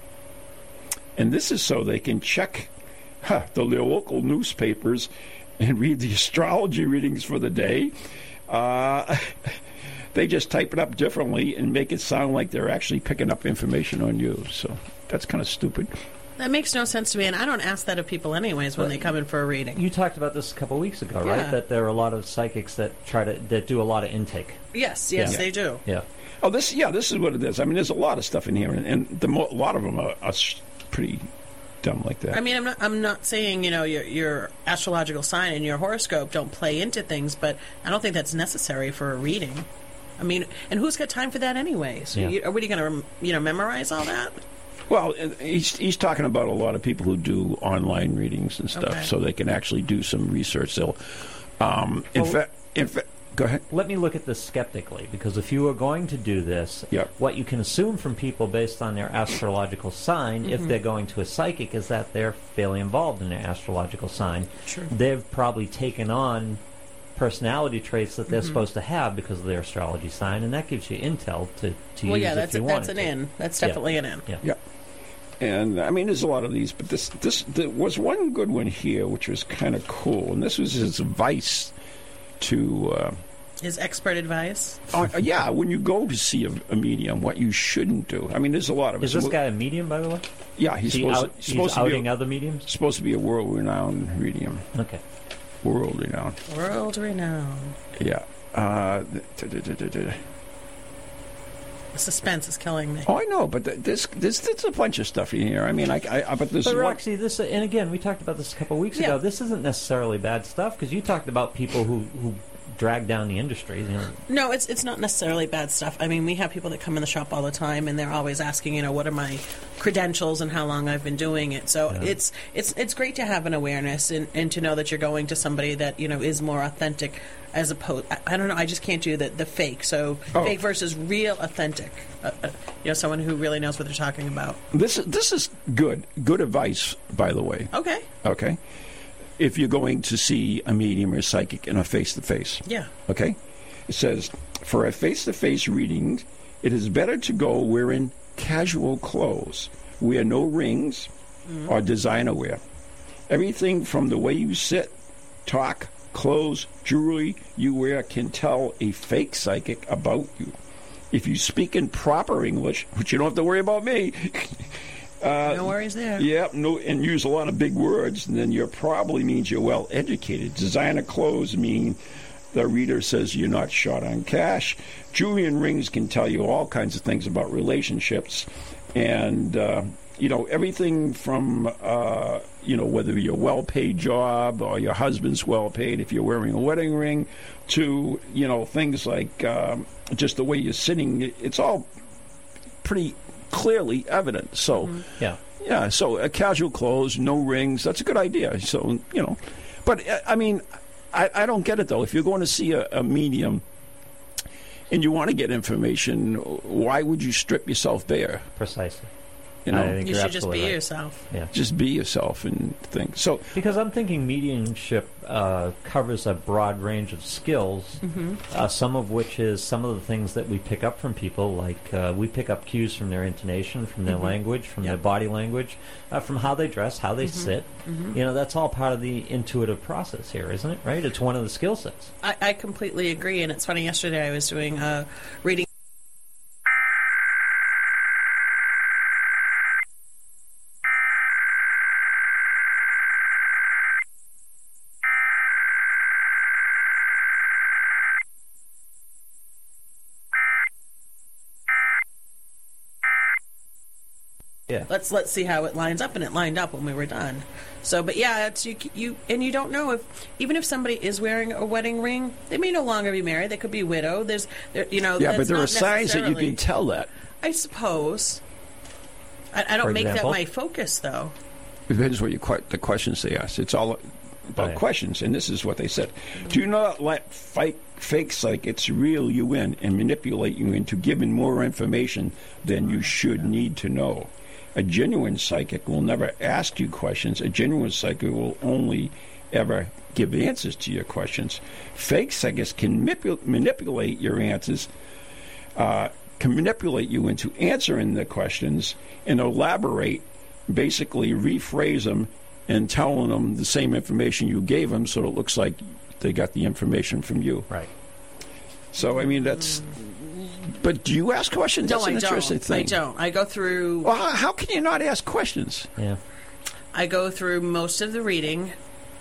Speaker 1: And this is so they can check huh, the local newspapers and read the <laughs> astrology readings for the day. Uh, they just type it up differently and make it sound like they're actually picking up information on you. So that's kind of stupid.
Speaker 15: That makes no sense to me, and I don't ask that of people anyways when they come in for a reading.
Speaker 6: You talked about this a couple weeks ago,
Speaker 15: Yeah.
Speaker 6: right? That there are a lot of psychics that try to that do a lot of intake.
Speaker 15: Yes, yes, they do.
Speaker 6: Yeah.
Speaker 1: Oh, this yeah, this is what it is. I mean, there's a lot of stuff in here, and, and the mo- a lot of them are, are s- pretty dumb like that.
Speaker 15: I mean, I'm not, I'm not saying you know your your astrological sign and your horoscope don't play into things, but I don't think that's necessary for a reading. I mean, and who's got time for that anyways?
Speaker 1: Yeah.
Speaker 15: You, are we going to you know memorize all that?
Speaker 1: Well, uh, he's he's talking about a lot of people who do online readings and stuff,
Speaker 15: Okay.
Speaker 1: so they can actually do some research. They'll, um, in
Speaker 6: Well-
Speaker 1: fact, in fact, go ahead.
Speaker 6: Let me look at this skeptically because if you are going to do this, what you can assume from people based on their astrological sign, if
Speaker 15: Mm-hmm.
Speaker 16: Mhm.
Speaker 6: they're going to a psychic, is that they're fairly involved in their astrological sign.
Speaker 16: Sure.
Speaker 6: They've probably taken on personality traits that they're
Speaker 15: Mhm.
Speaker 6: supposed to have because of their astrology sign, and that gives you intel to, to
Speaker 15: well,
Speaker 6: use
Speaker 15: yeah,
Speaker 6: if
Speaker 15: that's
Speaker 6: you
Speaker 15: that's
Speaker 6: wanted
Speaker 15: an
Speaker 6: to.
Speaker 15: in. That's
Speaker 6: Yeah.
Speaker 15: definitely an in.
Speaker 6: Yeah.
Speaker 1: Yeah. And I mean, there's a lot of these, but this this there was one good one here, which was kind of cool, and this was his advice to. Uh,
Speaker 15: Is expert advice?
Speaker 1: uh, yeah, when you go to see a, a medium, what you shouldn't do. I mean, there's a lot of it.
Speaker 6: Is
Speaker 1: So
Speaker 6: this
Speaker 1: we'll-
Speaker 6: guy a medium, by the way?
Speaker 1: Yeah, he's
Speaker 6: Is he
Speaker 1: supposed,
Speaker 6: out-
Speaker 1: he's
Speaker 6: he's
Speaker 1: supposed to be
Speaker 6: outing
Speaker 1: a,
Speaker 6: other mediums.
Speaker 1: Supposed to be a world-renowned medium.
Speaker 6: Okay.
Speaker 1: World-renowned.
Speaker 15: World renowned.
Speaker 1: Yeah. Uh, th- th- th- th- th- th-
Speaker 15: The suspense is killing me.
Speaker 1: oh, I know, but th- this this there's a bunch of stuff in here. I mean, I, I, I but this
Speaker 6: but
Speaker 1: is one.
Speaker 6: Roxy, this and again, we talked about this a couple weeks ago. This isn't necessarily bad stuff because you talked about people who who drag down the industry. You know,
Speaker 15: No, it's it's not necessarily bad stuff. I mean, we have people that come in the shop all the time, and they're always asking, you know, what are my credentials and how long I've been doing it. So
Speaker 6: Yeah.
Speaker 15: it's it's it's great to have an awareness and, and to know that you're going to somebody that you know is more authentic, as opposed. I, I don't know. I just can't do the the fake. So
Speaker 1: Oh.
Speaker 15: fake versus real authentic. Uh, uh, you know, someone who really knows what they're talking about.
Speaker 1: This is this is good good advice, by the way.
Speaker 15: Okay.
Speaker 1: Okay. If you're going to see a medium or psychic in a face to face.
Speaker 15: Yeah.
Speaker 1: Okay. It says for a face to face reading, it is better to go wearing casual clothes, wear no rings
Speaker 15: Mm-hmm.
Speaker 1: or designer wear. Everything from the way you sit, talk, clothes, jewelry you wear can tell a fake psychic about you. If you speak in proper English, which you don't have to worry about me, uh,
Speaker 15: No worries there.
Speaker 1: yeah, no, and use a lot of big words, and then you're probably means you're well educated. Designer clothes mean the reader says you're not short on cash. Julian rings can tell you all kinds of things about relationships, and uh, you know everything from uh, you know whether your well-paid job or your husband's well-paid if you're wearing a wedding ring, to you know things like um, just the way you're sitting. It's all pretty clearly evident. So.
Speaker 6: yeah.
Speaker 1: Yeah, so uh, casual clothes, no rings. That's a good idea. So you know, but uh, I mean, I, I don't get it though. If you're going to see a, a medium and you want to get information, why would you strip yourself bare?
Speaker 6: Precisely.
Speaker 1: You know,
Speaker 6: I think
Speaker 15: You
Speaker 6: you're
Speaker 15: should just
Speaker 6: absolutely
Speaker 15: be
Speaker 6: right.
Speaker 15: yourself.
Speaker 6: Yeah.
Speaker 1: Just be yourself and things. So
Speaker 6: because I'm thinking mediumship uh, covers a broad range of skills,
Speaker 15: Mhm.
Speaker 6: uh, some of which is some of the things that we pick up from people. Like uh, we pick up cues from their intonation, from their
Speaker 16: Mhm.
Speaker 6: language, from their
Speaker 16: Yep.
Speaker 6: body language, uh, from how they dress, how they
Speaker 15: Mhm.
Speaker 6: sit.
Speaker 15: Mhm.
Speaker 6: You know, that's all part of the intuitive process here, isn't it? Right? It's one of the skill sets.
Speaker 15: I, I completely agree, and it's funny. Yesterday, I was doing uh, reading.
Speaker 6: Yeah.
Speaker 15: Let's let's see how it lines up, and it lined up when we were done. So, but yeah, it's you you and you don't know if even if somebody is wearing a wedding ring, they may no longer be married. They could be widowed. There's there, you know.
Speaker 1: yeah,
Speaker 15: that's
Speaker 1: but there
Speaker 15: not
Speaker 1: are signs that you
Speaker 15: necessarily-
Speaker 1: can tell that.
Speaker 15: I suppose. I, I don't
Speaker 1: For
Speaker 15: make
Speaker 1: example?
Speaker 15: that my focus though.
Speaker 1: It depends what you que- the questions they ask. It's all about questions, and this is what they said: Do not let fake fake psychics reel you in and manipulate you into giving more information than you should need to know. A genuine psychic will never ask you questions. A genuine psychic will only ever give answers to your questions. Fakes, I guess, can manipu- manipulate your answers, uh, can manipulate you into answering the questions and elaborate, basically rephrase them and telling them the same information you gave them so it looks like they got the information from you.
Speaker 6: Right.
Speaker 1: So, I mean, that's. But do you ask questions?
Speaker 15: No,
Speaker 1: that's
Speaker 15: I
Speaker 1: an interesting
Speaker 15: don't.
Speaker 1: thing.
Speaker 15: I don't. I go through.
Speaker 1: Well, how, how can you not ask questions?
Speaker 6: Yeah.
Speaker 15: I go through most of the reading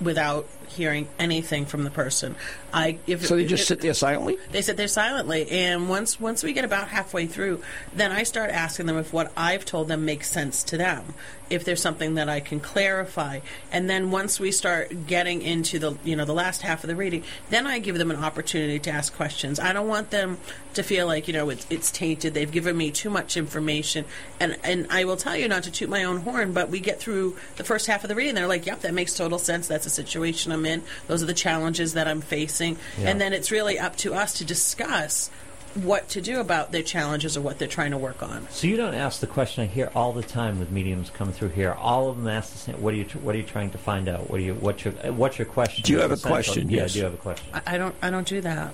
Speaker 15: without hearing anything from the person. I if
Speaker 1: So they
Speaker 15: if-
Speaker 1: just sit there silently?
Speaker 15: They sit there silently, and once once we get about halfway through, then I start asking them if what I've told them makes sense to them, if there's something that I can clarify, and then once we start getting into the you know the last half of the reading, then I give them an opportunity to ask questions. I don't want them to feel like you know it's it's tainted. They've given me too much information, and and I will tell you not to toot my own horn, but we get through the first half of the reading, they're like, yep, that makes total sense. That's the situation I'm in. Those are the challenges that I'm facing,
Speaker 6: Yeah.
Speaker 15: and then it's really up to us to discuss what to do about their challenges or what they're trying to work on.
Speaker 6: So you don't ask the question I hear all the time with mediums coming through here. All of them ask the same. What are you? What are you trying to find out? What are you? What's your? uh, What's your question?
Speaker 1: Do you have a
Speaker 6: Essentially,
Speaker 1: question?
Speaker 6: Yeah,
Speaker 1: Yes.
Speaker 6: do you have a question?
Speaker 15: I, I don't. I don't do that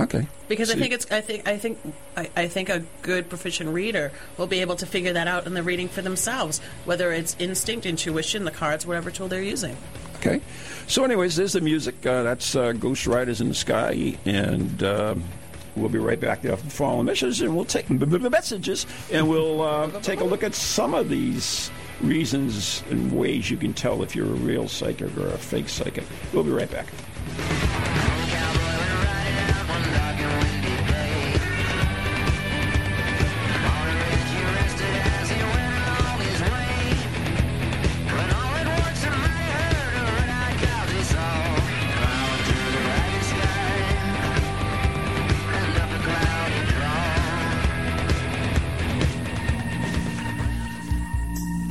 Speaker 1: Okay.
Speaker 15: because I
Speaker 1: See-
Speaker 15: think it's. I think. I think. I, I think a good proficient reader will be able to figure that out in the reading for themselves, whether it's instinct, intuition, the cards, whatever tool they're using.
Speaker 1: Okay. So, anyways, there's the music. Uh, that's uh, Ghost Riders in the Sky, and um we'll be right back after the following messages, and we'll take b- b- messages, and we'll uh, take a look at some of these reasons and ways you can tell if you're a real psychic or a fake psychic. We'll be right back.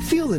Speaker 16: Feel the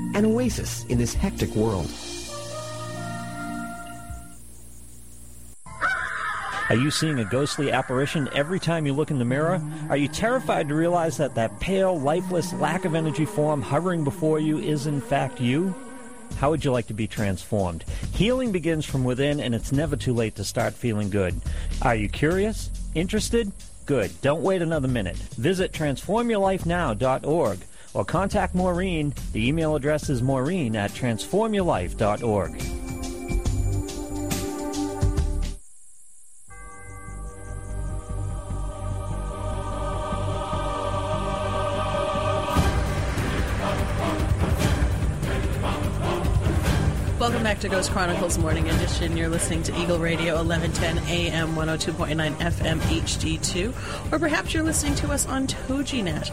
Speaker 16: an oasis in this hectic world.
Speaker 6: Are you seeing a ghostly apparition every time you look in the mirror? Are you terrified to realize that that pale, lifeless, lack of energy form hovering before you is in fact you? How would you like to be transformed? Healing begins from within, and it's never too late to start feeling good. Are you curious? Interested? Good. Don't wait another minute. Visit transformyourlifenow.org or contact Maureen. The email address is maureen at transformyourlife.org.
Speaker 15: Welcome back to Ghost Chronicles Morning Edition. You're listening to Eagle Radio 1110 AM 102.9 FM HD2, or perhaps you're listening to us on TojiNet.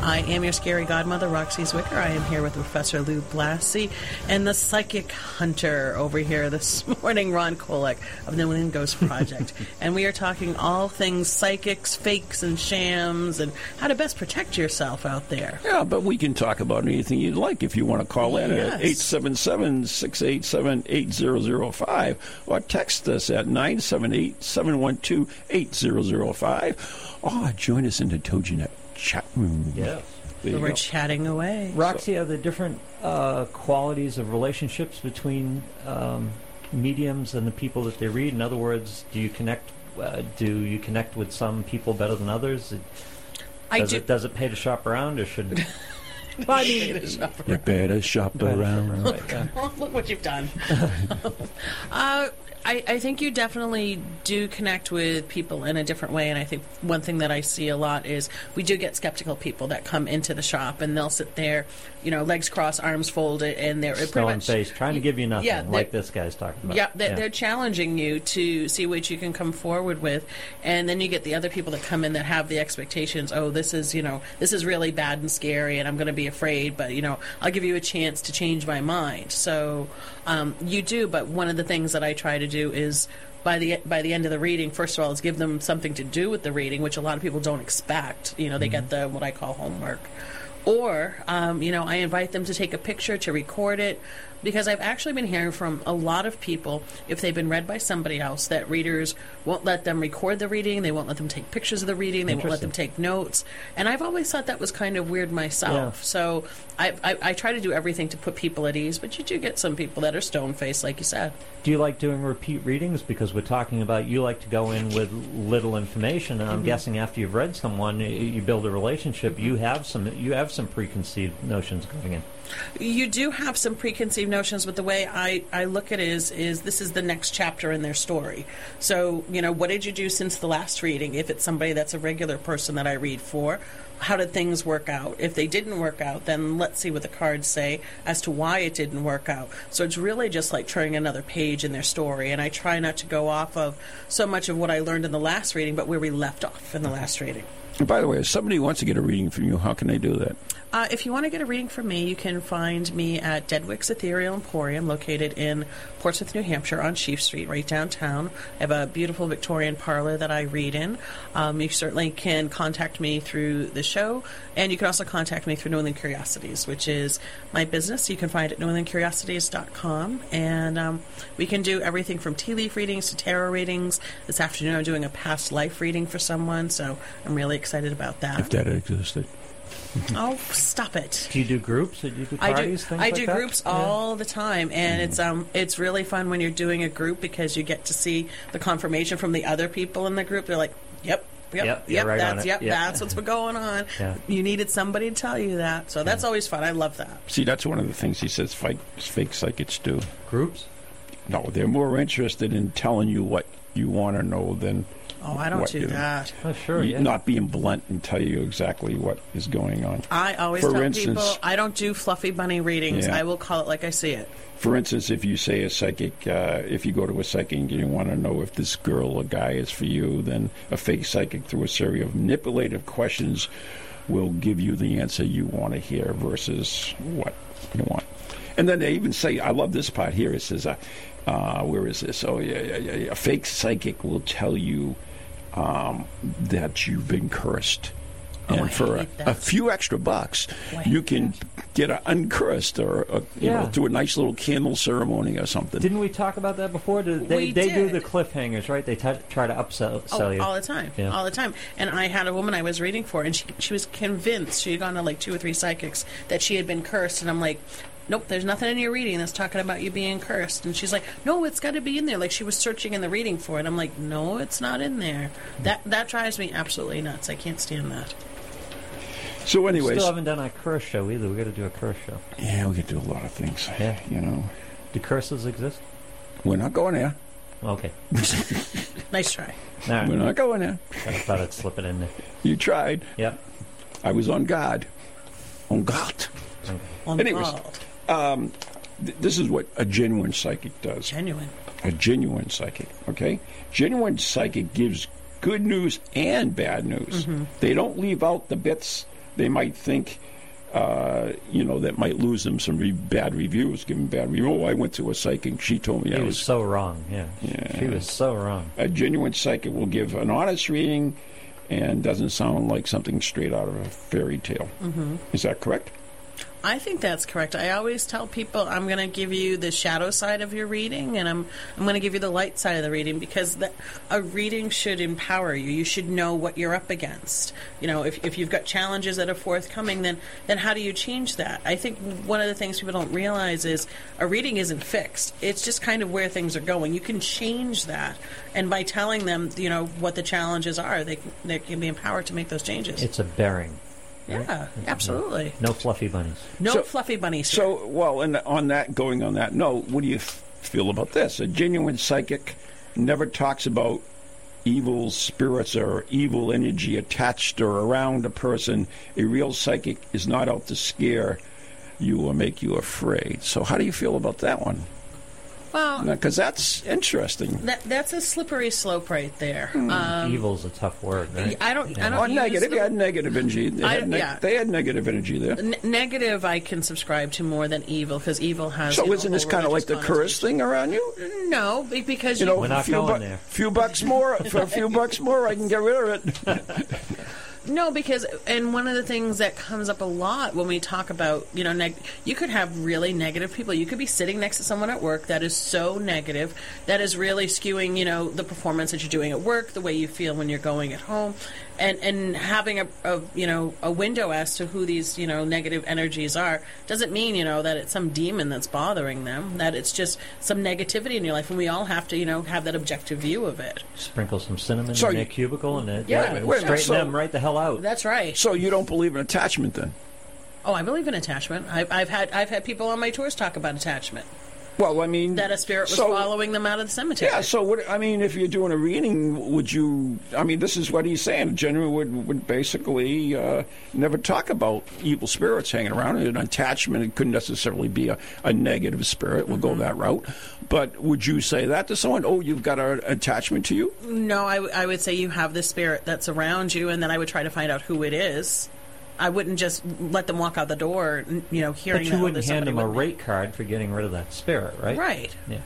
Speaker 15: I am your scary godmother, Roxy Zwicker. I am here with Professor Lou Blassie and the psychic hunter over here this morning, Ron Kolek of the New England Ghost Project. and we are talking all things psychics, fakes, and shams, and how to best protect yourself out there.
Speaker 1: Yeah, but we can talk about anything you'd like if you want to call in at 877 687 8005 or text us at 978 712 8005 or join us in the TojiNet chat room.
Speaker 6: Yes.
Speaker 1: There you
Speaker 15: We're
Speaker 1: go.
Speaker 15: chatting away.
Speaker 6: Roxy, are there different uh, qualities of relationships between um, mediums and the people that they read? In other words, do you connect? Uh, do you connect with some people better than others? Does
Speaker 15: I do-
Speaker 6: It, does it pay to shop around, or
Speaker 15: <laughs>
Speaker 6: should? Well, I
Speaker 1: You
Speaker 6: mean,
Speaker 1: better shop
Speaker 6: Better shop
Speaker 1: around.
Speaker 15: <laughs>
Speaker 6: around, right, yeah.
Speaker 15: Look what you've done. uh, I, I think you definitely do connect with people in a different way. And I think one thing that I see a lot is we do get skeptical people that come into the shop and they'll sit there, you know, legs crossed, arms folded, and they're pretty
Speaker 6: Stone
Speaker 15: much.
Speaker 6: face, trying to give you nothing,
Speaker 15: yeah,
Speaker 6: like
Speaker 15: they-
Speaker 6: this guy's talking about.
Speaker 15: Yeah, they're, they're challenging you to see what you can come forward with, and then you get the other people that come in that have the expectations. Oh, this is you know this is really bad and scary, and I'm going to be afraid. But you know, I'll give you a chance to change my mind. So um, you do. But one of the things that I try to do is. By the by the end of the reading, first of all, is give them something to do with the reading, which a lot of people don't expect. You know, they get the what I call homework, or um, you know i invite them to take a picture to record it because i've actually been hearing from a lot of people if they've been read by somebody else that readers won't let them record the reading they won't let them take pictures of the reading they won't let them take notes and i've always thought that was kind of weird myself
Speaker 6: Yeah.
Speaker 15: so I, I, I try to do everything to put people at ease but you do get some people that are stone faced like you said
Speaker 6: Do you like doing repeat readings? Because we're talking about you like to go in with little information, and
Speaker 1: Mm-hmm.
Speaker 6: I'm
Speaker 15: Mhm.
Speaker 6: guessing after you've read someone, y- you build a relationship. You have some you have some preconceived notions going in.
Speaker 15: you do have some preconceived notions, but the way I, I look at it is is this is the next chapter in their story. So, you know, what did you do since the last reading? If it's somebody that's a regular person that I read for, how did things work out? If they didn't work out, then let's see what the cards say as to why it didn't work out. So it's really just like turning another page in their story. And I try not to go off of so much of what I learned in the last reading, but where we left off in the last reading.
Speaker 1: And by the way, if somebody wants to get a reading from you, how can they do that?
Speaker 15: Uh, if you want to get a reading from me, you can find me at Deadwick's Ethereal Emporium, located in Portsmouth, New Hampshire, on Chief Street, right downtown. I have a beautiful Victorian parlor that I read in. Um, you certainly can contact me through the show, and you can also contact me through Northern Curiosities, which is my business. You can find it at northerncuriosities.com, and um, we can do everything from tea leaf readings to tarot readings. This afternoon, I'm doing a past life reading for someone, so I'm really excited about that.
Speaker 1: If that existed.
Speaker 15: Oh, stop it.
Speaker 6: Do you do groups? Do you do
Speaker 15: I do.
Speaker 6: parties? Things
Speaker 15: I
Speaker 6: like
Speaker 15: do
Speaker 6: that?
Speaker 15: groups
Speaker 6: Yeah.
Speaker 15: all the time, and it's um it's really fun when you're doing a group because you get to see the confirmation from the other people in the group. They're like, "Yep, yep,
Speaker 6: Yep,
Speaker 15: yep,
Speaker 6: you're right on
Speaker 15: that's
Speaker 6: it.
Speaker 15: yep,
Speaker 1: Yep.
Speaker 15: that's what's been going on."
Speaker 1: Yeah.
Speaker 15: You needed somebody to tell you that, so that's always fun. I love that.
Speaker 1: See, that's one of the things he says fake, fake psychics do.
Speaker 6: Groups?
Speaker 1: No, they're more interested in telling you what you want to know than.
Speaker 15: Oh, I don't
Speaker 1: what
Speaker 15: do
Speaker 1: you-
Speaker 15: that.
Speaker 6: Oh, sure,
Speaker 1: you-
Speaker 6: yeah.
Speaker 1: Not being blunt and tell you exactly what is going on.
Speaker 15: I always
Speaker 1: For
Speaker 15: tell
Speaker 1: instance-
Speaker 15: people I don't do fluffy bunny readings.
Speaker 1: Yeah.
Speaker 15: I will call it like I see it.
Speaker 1: For instance, if you say a psychic, uh, if you go to a psychic and you want to know if this girl or guy is for you, then a fake psychic through a series of manipulative questions will give you the answer you want to hear versus what you want. And then they even say, I love this part here. It says, uh, uh, where is this? Oh, yeah, yeah, yeah, yeah. A fake psychic will tell you um, that you've been cursed.
Speaker 15: Oh,
Speaker 1: and for a, a few extra bucks, you can get an uncursed or a, you know,
Speaker 6: Yeah.
Speaker 1: do a nice little candle ceremony or something.
Speaker 6: Didn't we talk about that before? Do they
Speaker 15: We
Speaker 6: they do
Speaker 15: did.
Speaker 6: the cliffhangers, right? They t- try to upsell
Speaker 15: Oh,
Speaker 6: sell you
Speaker 15: all the time,
Speaker 6: Yeah.
Speaker 15: all the time. And I had a woman I was reading for, and she she was convinced she had gone to like two or three psychics that she had been cursed. And I'm like, nope, there's nothing in your reading that's talking about you being cursed. And she's like, no, it's got to be in there. Like she was searching in the reading for it. I'm like, no, it's not in there.
Speaker 6: Mm.
Speaker 15: That that drives me absolutely nuts. I can't stand that.
Speaker 1: So,
Speaker 6: We
Speaker 1: anyways,
Speaker 6: still haven't done our curse show either. We got to do a curse show.
Speaker 1: yeah, we could do a lot of things.
Speaker 6: Yeah.
Speaker 1: You know,
Speaker 6: do curses exist?
Speaker 1: We're not going there.
Speaker 6: Okay.
Speaker 15: <laughs> Nice try.
Speaker 6: All right.
Speaker 1: We're not going there.
Speaker 6: I thought I'd slip it in there.
Speaker 1: You tried.
Speaker 6: Yep.
Speaker 1: I was on guard. On guard.
Speaker 15: On
Speaker 1: Anyways,
Speaker 15: guard.
Speaker 1: Um, th- this is what a genuine psychic does.
Speaker 15: Genuine.
Speaker 1: A genuine psychic, okay? Genuine psychic gives good news and bad news.
Speaker 15: Mhm.
Speaker 1: They don't leave out the bits they might think, uh, you know, that might lose them some re- bad reviews, give them bad reviews. Oh, I went to a psychic. She told me
Speaker 6: He
Speaker 1: I
Speaker 6: was,
Speaker 1: was
Speaker 6: so wrong. Yeah. She was so wrong.
Speaker 1: a genuine psychic will give an honest reading and doesn't sound like something straight out of a fairy tale.
Speaker 15: Mm-hmm.
Speaker 1: Is that correct?
Speaker 15: I think that's correct. I always tell people I'm going to give you the shadow side of your reading, and I'm I'm going to give you the light side of the reading because that, a reading should empower you. You should know what you're up against. You know, if, if you've got challenges that are forthcoming, then then how do you change that? I think one of the things people don't realize is a reading isn't fixed. It's just kind of where things are going. You can change that, and by telling them, you know, what the challenges are, they can- they can be empowered to make those changes.
Speaker 6: It's a bearing.
Speaker 15: yeah, absolutely.
Speaker 6: No fluffy bunnies.
Speaker 15: No
Speaker 1: So-
Speaker 15: fluffy bunnies.
Speaker 1: So, well, and on that, going on that note, what do you f- feel about this. A genuine psychic never talks about evil spirits or evil energy attached or around a person. A real psychic is not out to scare you or make you afraid. So, how do you feel about that one?
Speaker 15: Well,
Speaker 1: Because that's interesting.
Speaker 15: that, that's a slippery slope right there.
Speaker 1: Hmm.
Speaker 15: Um,
Speaker 6: Evil's a tough word, right?
Speaker 15: I don't- I
Speaker 1: or
Speaker 15: don't use
Speaker 1: negative.
Speaker 15: the-
Speaker 1: You had negative energy. They
Speaker 15: I-
Speaker 1: had,
Speaker 15: yeah.
Speaker 1: they had negative energy there.
Speaker 15: N- negative, I can subscribe to more than evil because evil has.
Speaker 1: So isn't this kind of like the curse thing around you?
Speaker 15: No, be- because
Speaker 1: You know,
Speaker 15: you-
Speaker 1: a few bu- Few bucks more for a few bucks more, I can get rid of it.
Speaker 15: No, because and one of the things that comes up a lot when we talk about you know neg- you could have really negative people. You could be sitting next to someone at work that is so negative that is really skewing you know the performance that you're doing at work, the way you feel when you're going at home, and and having a, a you know a window as to who these you know negative energies are doesn't mean you know that it's some demon that's bothering them. That it's just some negativity in your life, and we all have to you know have that objective view of it.
Speaker 6: Sprinkle some cinnamon
Speaker 15: So
Speaker 6: in
Speaker 15: you-
Speaker 6: their cubicle and it,
Speaker 15: Yeah,
Speaker 6: it
Speaker 15: wait a
Speaker 6: will
Speaker 15: minute,
Speaker 6: straighten
Speaker 15: so-
Speaker 6: them right the hell out.
Speaker 15: That's right.
Speaker 1: So you don't believe in attachment then?
Speaker 15: Oh, I believe in attachment. I've, I've had I've had people on my tours talk about attachment.
Speaker 1: Well, I mean,
Speaker 15: that a spirit was
Speaker 1: so-
Speaker 15: following them out of the cemetery.
Speaker 1: Yeah. So what? I mean, if you're doing a reading, would you? I mean, this is what he's saying. Generally, would would basically uh, never talk about evil spirits hanging around. An attachment. It couldn't necessarily be a, a negative spirit. We'll go that route. But would you say that to someone? Oh, you've got an attachment to you.
Speaker 15: No, I, w- I would say you have this spirit that's around you, and then I would try to find out who it is. I wouldn't just let them walk out the door, n- you know, hearing
Speaker 6: But
Speaker 15: that,
Speaker 6: you
Speaker 15: oh,
Speaker 6: wouldn't
Speaker 15: there's
Speaker 6: hand
Speaker 15: somebody
Speaker 6: them a
Speaker 15: with-
Speaker 6: rate card for getting rid of that spirit, right?
Speaker 15: Right.
Speaker 6: Yeah.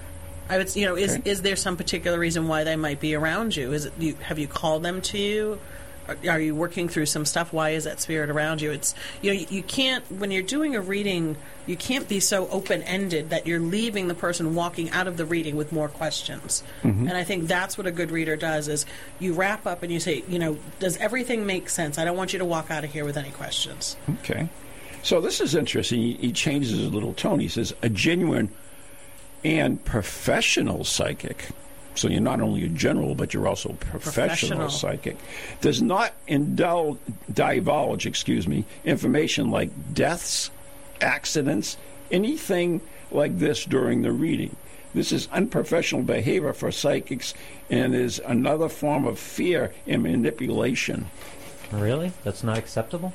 Speaker 15: I would, s- you know, is
Speaker 6: Okay.
Speaker 15: is there some particular reason why they might be around you? Is it you, have you called them to you? Are, are you working through some stuff? Why is that spirit around you? It's you know you, you can't when you're doing a reading, you can't be so open ended that you're leaving the person walking out of the reading with more questions.
Speaker 18: Mhm.
Speaker 15: And I think that's what a good reader does is you wrap up and you say, you know, does everything make sense? I don't want you to walk out of here with any questions.
Speaker 1: Okay. So this is interesting. He, he changes his little tone. He says, a genuine and professional psychic. So you're not only a general, but you're also a professional,
Speaker 15: Professional.
Speaker 1: psychic. Does not indul- divulge, excuse me, information like deaths, accidents, anything like this during the reading. This is unprofessional behavior for psychics and is another form of fear and manipulation.
Speaker 6: Really? That's not acceptable?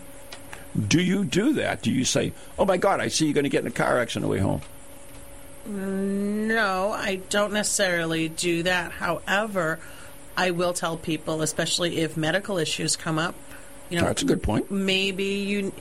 Speaker 1: Do you do that? Do you say, "Oh my God, I see you're going to get in a car accident on the way home"?
Speaker 15: No, I don't necessarily do that. However, I will tell people, especially if medical issues come up, you know,
Speaker 1: That's a good point.
Speaker 15: Maybe you.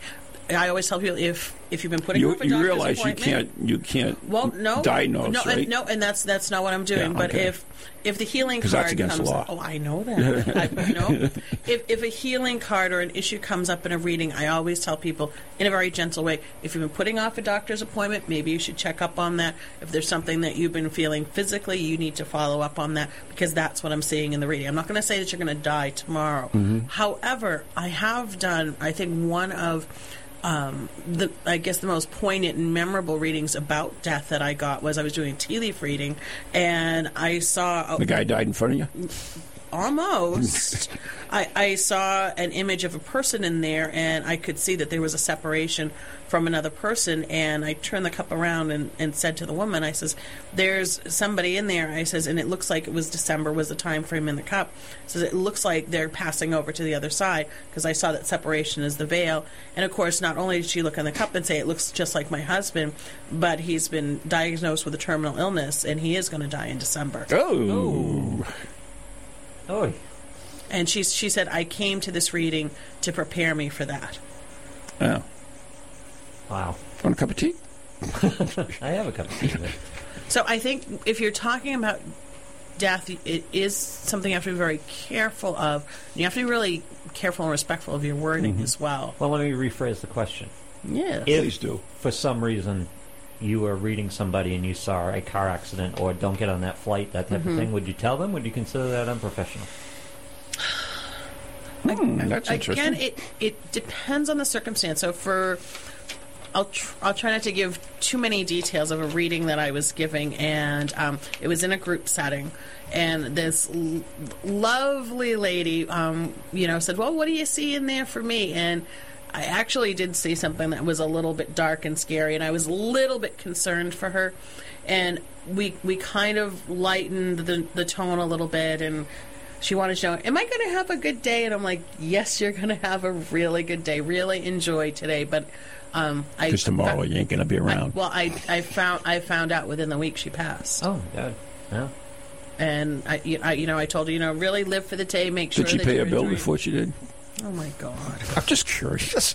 Speaker 15: I always tell people if if you've been putting
Speaker 1: you
Speaker 15: off a
Speaker 1: you
Speaker 15: doctor's
Speaker 1: realize you
Speaker 15: appointment-
Speaker 1: can't you can't
Speaker 15: well, no,
Speaker 1: diagnose
Speaker 15: no,
Speaker 1: right?
Speaker 15: and, no, and that's that's not what I'm doing.
Speaker 1: Yeah,
Speaker 15: But
Speaker 1: okay.
Speaker 15: if if the healing
Speaker 1: 'Cause
Speaker 15: card
Speaker 1: that's against the
Speaker 15: comes,
Speaker 1: law.
Speaker 15: oh, I know that. I know. If if a healing card or an issue comes up in a reading, I always tell people in a very gentle way: if you've been putting off a doctor's appointment, maybe you should check up on that. If there's something that you've been feeling physically, you need to follow up on that because that's what I'm seeing in the reading. I'm not going to say that you're going to die tomorrow.
Speaker 18: Mhm.
Speaker 15: However, I have done, I think, one of um, the, I guess, the most poignant and memorable readings about death that I got was I was doing a tea leaf reading, and I saw
Speaker 1: The guy died in front of you.
Speaker 15: almost. I, I saw an image of a person in there, and I could see that there was a separation from another person. And I turned the cup around and, and said to the woman, "I says, there's somebody in there." I says, and it looks like it was December was the time frame in the cup. I says it looks like they're passing over to the other side because I saw that separation is the veil. And of course, not only did she look in the cup and say it looks just like my husband, but he's been diagnosed with a terminal illness, and he is going to die in December.
Speaker 1: Oh.
Speaker 6: Oh.
Speaker 15: And she she said, I came to this reading to prepare me for that.
Speaker 1: Oh.
Speaker 6: Wow.
Speaker 1: Want a cup of tea?
Speaker 6: I have a cup of tea. there.
Speaker 15: So I think if you're talking about death, it is something you have to be very careful of. You have to be really careful and respectful of your wording as well.
Speaker 6: Mm-hmm. Well, let me rephrase the question.
Speaker 15: Yeah.
Speaker 6: If,
Speaker 15: Please
Speaker 1: do.
Speaker 6: For some reason, you were reading somebody and you saw a car accident or don't get on that flight, that type
Speaker 15: Mhm.
Speaker 6: of thing, would you tell them? Would you consider that unprofessional?
Speaker 1: Hmm, that's
Speaker 15: Again, it it depends on the circumstance. So for I'll tr- I'll try not to give too many details of a reading that I was giving, and um, it was in a group setting, and this l- lovely lady, um, you know, said, "Well, what do you see in there for me?" and I actually did see something that was a little bit dark and scary, and I was a little bit concerned for her. And we we kind of lightened the the tone a little bit, and she wanted to know, "Am I going to have a good day?" And I'm like, "Yes, you're going to have a really good day. Really enjoy today." But um, I
Speaker 1: Because tomorrow you ain't going to be around.
Speaker 15: well, I, I found I found out within the week she passed.
Speaker 6: Oh God, yeah.
Speaker 15: And I, you- I you know I told her you know really live for the day. Make sure
Speaker 1: Did she
Speaker 15: that
Speaker 1: pay
Speaker 15: you
Speaker 1: a bill
Speaker 15: enjoy-
Speaker 1: before she
Speaker 15: <laughs>
Speaker 1: did?
Speaker 15: Oh my god.
Speaker 1: I'm just curious.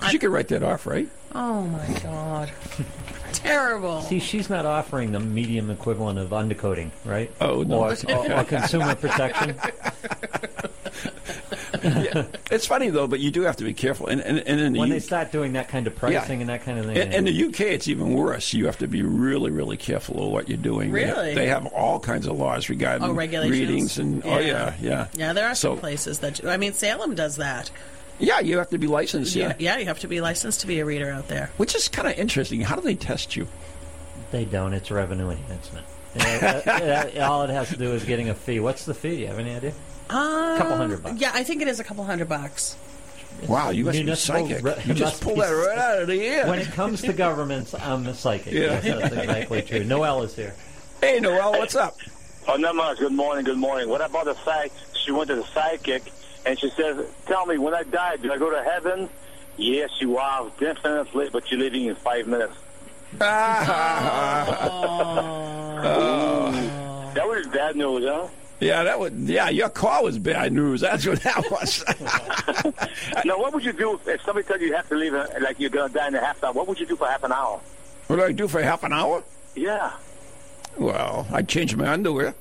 Speaker 1: 'Cause you could write that off, right?
Speaker 15: Oh my
Speaker 6: <laughs>
Speaker 15: god. Terrible.
Speaker 6: See, she's not offering the medium equivalent of undercoating, right?
Speaker 1: Oh no.
Speaker 6: Or, or- or
Speaker 1: <laughs>
Speaker 6: consumer protection.
Speaker 1: yeah. <laughs> It's funny though, but you do have to be careful. And and, and in the
Speaker 6: When they
Speaker 1: U-
Speaker 6: start doing that kind of pricing and that kind of thing,
Speaker 1: in, in the UK, it's even worse. You have to be really, really careful of what you're doing. They have-
Speaker 15: Really?
Speaker 1: They have all kinds of laws regarding
Speaker 15: Oh, regulations.
Speaker 1: readings and oh yeah, yeah.
Speaker 15: Yeah, there are
Speaker 1: so,
Speaker 15: some places that do. I mean, Salem does that.
Speaker 1: Yeah, you have to be licensed. Yeah.
Speaker 15: Yeah, yeah, you have to be licensed to be a reader out there.
Speaker 1: Which is kind of interesting. How do they test you?
Speaker 6: They don't. It's revenue enhancement. Uh, uh, uh, all it has to do is getting a fee. What's the fee? You have any idea?
Speaker 15: Um,
Speaker 6: Couple hundred bucks.
Speaker 15: Yeah, I think it is a couple hundred bucks.
Speaker 1: Wow, you must be
Speaker 6: Municipal
Speaker 1: psychic.
Speaker 6: re-
Speaker 1: You just
Speaker 6: must
Speaker 1: pulled
Speaker 6: be
Speaker 1: that right out of the air.
Speaker 6: When it comes to governments, um, I'm a psychic.
Speaker 1: Yeah.
Speaker 6: Yes, that's exactly true. Noelle is here.
Speaker 1: Hey, Noel, what's up? <laughs>
Speaker 17: Oh, not much. Good morning. Good morning. What about the fact she went to the psychic and she says, "Tell me, when I die, do I go to heaven?" Yes, you are definitely, but you're leaving in five minutes. That was bad news, huh?
Speaker 1: Yeah, that was. Yeah, your call was bad news. That's what that was. <laughs>
Speaker 17: now, what would you do if somebody told you you have to leave, uh, like you're going to die in a half hour? What would you do for half an hour?
Speaker 1: what do I do for half an hour?
Speaker 17: Yeah.
Speaker 1: Well, I changed my underwear.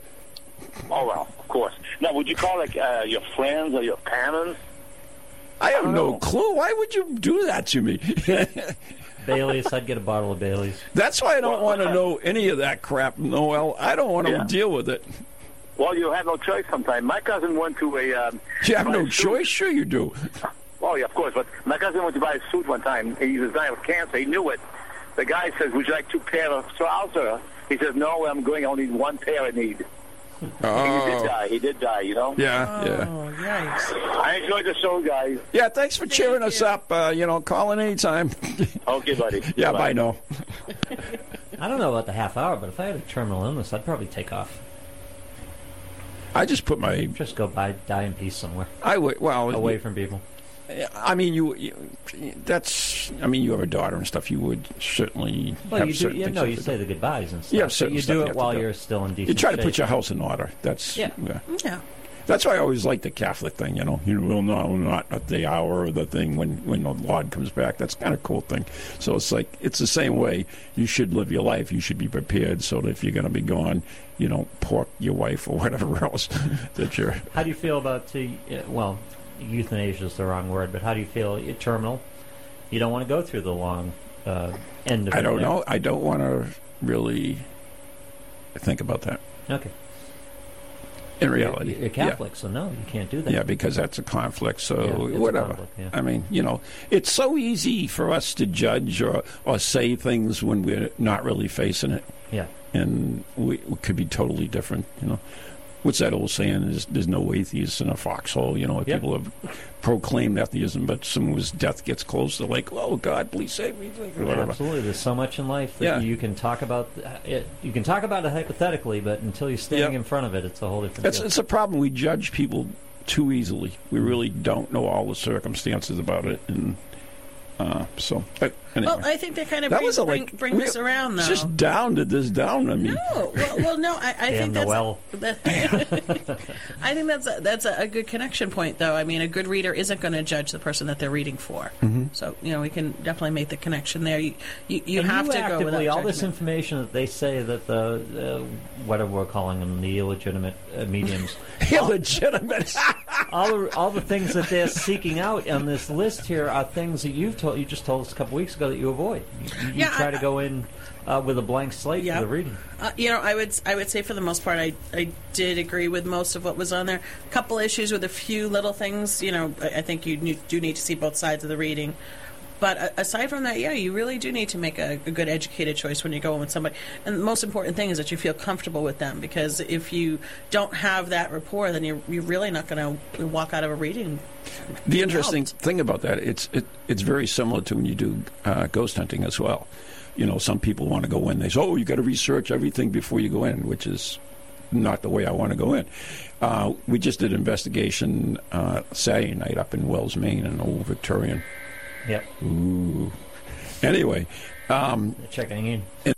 Speaker 17: Oh well, of course. Now, would you call like uh, your friends or your parents?
Speaker 1: I have
Speaker 17: Oh.
Speaker 1: no clue. Why would you do that to me? <laughs>
Speaker 6: Bailey's. I'd get a bottle of Bailey's.
Speaker 1: That's why I don't want to know any of that crap, Noel. I don't want to
Speaker 17: Yeah.
Speaker 1: deal with it.
Speaker 17: Well, you have no choice. Sometimes my cousin went to a. Um,
Speaker 1: You have
Speaker 17: buy
Speaker 1: no
Speaker 17: a suit.
Speaker 1: choice. Sure, you do.
Speaker 17: Oh yeah, of course. But my cousin went to buy a suit one time. He was dying of cancer. He knew it. The guy says, "Would you like two pair of trousers?" He says, "No, I'm going. I only need one pair. I need." He did die. He did die. You know.
Speaker 1: Oh. Yeah, yeah.
Speaker 15: Oh, yikes.
Speaker 17: <laughs> I enjoyed the show, guys.
Speaker 1: Yeah, thanks for cheering us up. Uh, you know, calling anytime.
Speaker 17: <laughs> Okay, buddy.
Speaker 1: <laughs> yeah, bye, Noel.
Speaker 6: I don't know about the half hour, but if I had a terminal illness, I'd probably take off.
Speaker 1: I just put my
Speaker 6: just go by die in peace somewhere
Speaker 1: I would. Well,
Speaker 6: away
Speaker 1: you-
Speaker 6: from people.
Speaker 1: I mean, you, you. That's. I mean, you have a daughter and stuff. You would certainly
Speaker 6: Well,
Speaker 1: have
Speaker 6: you do.
Speaker 1: certain
Speaker 6: You
Speaker 1: things
Speaker 6: know,
Speaker 1: that
Speaker 6: you
Speaker 1: they
Speaker 6: say
Speaker 1: do.
Speaker 6: the goodbyes and stuff.
Speaker 1: Yeah,
Speaker 6: but
Speaker 1: certain
Speaker 6: you
Speaker 1: stuff
Speaker 6: do
Speaker 1: you
Speaker 6: it
Speaker 1: have
Speaker 6: while
Speaker 1: to do.
Speaker 6: you're still in decent.
Speaker 1: You try to
Speaker 6: shape.
Speaker 1: put your house in order. That's
Speaker 6: Yeah.
Speaker 15: Yeah.
Speaker 1: That's why I always like the Catholic thing, you know. You will know not at the hour or the thing when, when the Lord comes back. That's kind of cool thing. So it's like it's the same way. You should live your life. You should be prepared so that if you're going to be gone, you don't pork your wife or <laughs> whatever else that you're.
Speaker 6: How do you feel about the? uh, Well, euthanasia is the wrong word, but how do you feel uh, terminal? You don't want to go through the long uh, end of.
Speaker 1: I
Speaker 6: it
Speaker 1: don't
Speaker 6: there.
Speaker 1: know. I don't want to really think about that.
Speaker 6: Okay.
Speaker 1: In reality,
Speaker 6: You're
Speaker 1: yeah.
Speaker 6: Catholic, so no, you can't do that.
Speaker 1: Yeah, because that's a conflict.
Speaker 6: Yeah,
Speaker 1: So
Speaker 6: it's a
Speaker 1: whatever.
Speaker 6: conflict, yeah.
Speaker 1: I mean, you know, it's so easy for us to judge or or say things when we're not really facing it.
Speaker 6: Yeah.
Speaker 1: and we, we could be totally different. You know, what's that old saying? There's, there's no atheists in a foxhole. You know,
Speaker 6: Yeah.
Speaker 1: people have proclaimed atheism, but someone whose death gets close, they're like, "Oh God, please save me!" Whatever.
Speaker 6: Absolutely, there's so much in life that
Speaker 1: Yeah.
Speaker 6: you can talk about th- uh, it. You can talk about it hypothetically, but until you're standing in front of it, it's a whole different.
Speaker 1: It's,
Speaker 6: deal.
Speaker 1: it's a problem. We judge people too easily. We really don't know all the circumstances about it, and uh, so. But anyway,
Speaker 15: Well, I think that kind of
Speaker 1: that was
Speaker 15: brings,
Speaker 1: a,
Speaker 15: bring,
Speaker 1: like
Speaker 15: brings us
Speaker 1: we-
Speaker 15: around, though.
Speaker 1: Just downed this down. I mean, <laughs>
Speaker 15: No, well, well no, I,
Speaker 6: <laughs>
Speaker 15: I
Speaker 1: Damn
Speaker 15: think that's
Speaker 1: Noel.
Speaker 15: that- <laughs> I think that's a, that's a, a good connection point, though. I mean, a good reader isn't going to judge the person that they're reading for.
Speaker 6: Mhm.
Speaker 15: So you know, we can definitely make the connection there. You you, you
Speaker 6: And
Speaker 15: have
Speaker 6: you
Speaker 15: to go
Speaker 6: actively
Speaker 15: without
Speaker 6: all
Speaker 15: judgment.
Speaker 6: this information that they say that the uh, whatever we're calling them the illegitimate uh, mediums
Speaker 1: illegitimate
Speaker 6: all the, all the things that they're seeking out on this list here are things that you've told you just told us a couple weeks ago that you avoid you, you
Speaker 15: Yeah,
Speaker 6: try
Speaker 15: I-
Speaker 6: to go in uh, with a blank slate
Speaker 15: Yeah.
Speaker 6: for the reading
Speaker 15: Uh, you know, I would I would say for the most part, I I did agree with most of what was on there. A couple issues with a few little things. You know, I, I think you ne- do need to see both sides of the reading. But uh, aside from that, yeah, you really do need to make a, a good educated choice when you're going with somebody. And the most important thing is that you feel comfortable with them because if you don't have that rapport, then you're, you're really not going to walk out of a reading.
Speaker 1: The interesting thing about that, it's it, it's very similar to when you do uh, ghost hunting as well. You know, some people want to go in. They say, "Oh, you got to research everything before you go in," which is not the way I want to go in. Uh, we just did an investigation uh, Saturday night up in Wells, Maine, an old Victorian.
Speaker 6: Yep.
Speaker 1: Ooh. Anyway, um,
Speaker 6: checking in.
Speaker 1: And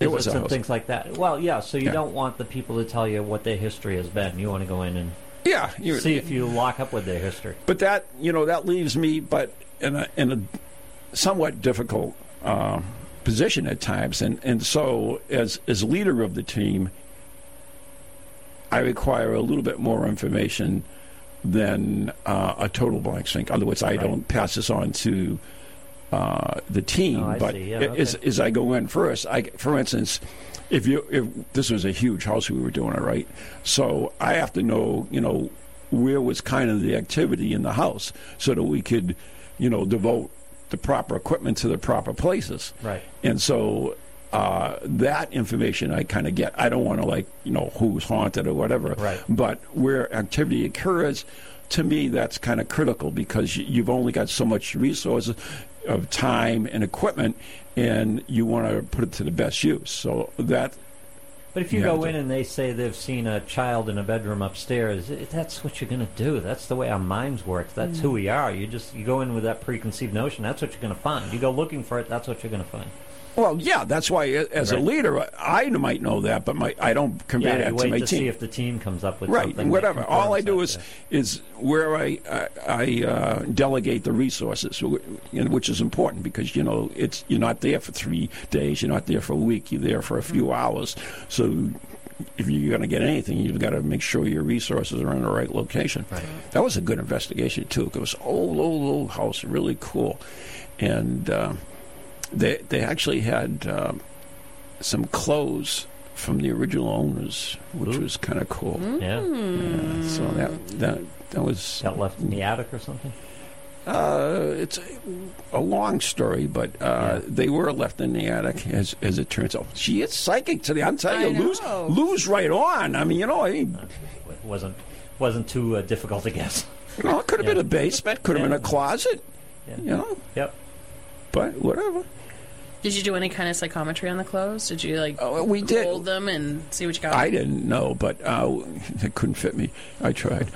Speaker 1: It was a
Speaker 6: some
Speaker 1: house.
Speaker 6: things like that. Well, yeah. So you
Speaker 1: Yeah.
Speaker 6: don't want the people to tell you what their history has been. You want to go in and
Speaker 1: yeah,
Speaker 6: see if you lock up with their history.
Speaker 1: But that you know that leaves me, but in a in a somewhat difficult uh, position at times, and and so as as leader of the team, I require a little bit more information than uh, a total blank slate. In other words, I don't pass this on to uh, the team.
Speaker 6: Oh, I
Speaker 1: but
Speaker 6: see. Yeah,
Speaker 1: a- as,
Speaker 6: okay.
Speaker 1: as I go in first, I for instance, if you if this was a huge house we were doing, all right, so I have to know you know where was kind of the activity in the house so that we could you know devote the proper equipment to the proper places.
Speaker 6: Right.
Speaker 1: And so uh, that information I kind of get. I don't want to like you know who's haunted or whatever.
Speaker 6: Right.
Speaker 1: But where activity occurs, to me that's kind of critical because y- you've only got so much resources of time and equipment, and you want to put it to the best use. So that.
Speaker 6: But if you
Speaker 1: Yeah,
Speaker 6: go
Speaker 1: but-
Speaker 6: in and they say they've seen a child in a bedroom upstairs, i- that's what you're going to do. That's the way our minds work. That's
Speaker 15: Mm.
Speaker 6: who we are. You just you go in with that preconceived notion. That's what you're going to find. You go looking for it. That's what you're going to find.
Speaker 1: Well, yeah, that's why a- as a
Speaker 6: Right.
Speaker 1: leader, I I might know that, but my I don't convey
Speaker 6: yeah,
Speaker 1: that
Speaker 6: you
Speaker 1: to
Speaker 6: wait
Speaker 1: my
Speaker 6: to
Speaker 1: team.
Speaker 6: see if the team comes up with
Speaker 1: right,
Speaker 6: something. that
Speaker 1: whatever. All I
Speaker 6: confirms
Speaker 1: do
Speaker 6: that.
Speaker 1: is is where I I, I uh, delegate the resources, wh- you know, which is important because you know it's you're not there for three days, you're not there for a week, you're there for a
Speaker 6: Mm-hmm.
Speaker 1: few hours. So if you're going to get anything, you've got to make sure your resources are in the right location. That was a good investigation too. It was old, old, old house, really cool, and uh, they they actually had. Um, some clothes from the original owners, which was kind of cool.
Speaker 6: Yeah.
Speaker 1: Yeah, So that that that was
Speaker 6: that left in the attic or something.
Speaker 1: Uh, it's a, a long story, but uh, they were left in the attic, as as it turns out. She is psychic today. I'm telling you, lose lose right on. I mean, you know, I,
Speaker 6: It wasn't wasn't too uh, difficult to <laughs> guess.
Speaker 1: no, it could have been a basement, could have been a closet. You know.
Speaker 6: Yep.
Speaker 1: But whatever.
Speaker 15: Did you do any kind of psychometry on the clothes? Did you like
Speaker 1: Uh, we did.
Speaker 15: hold them and see what you got?
Speaker 1: I didn't know, but uh, <laughs> it couldn't fit me. I tried.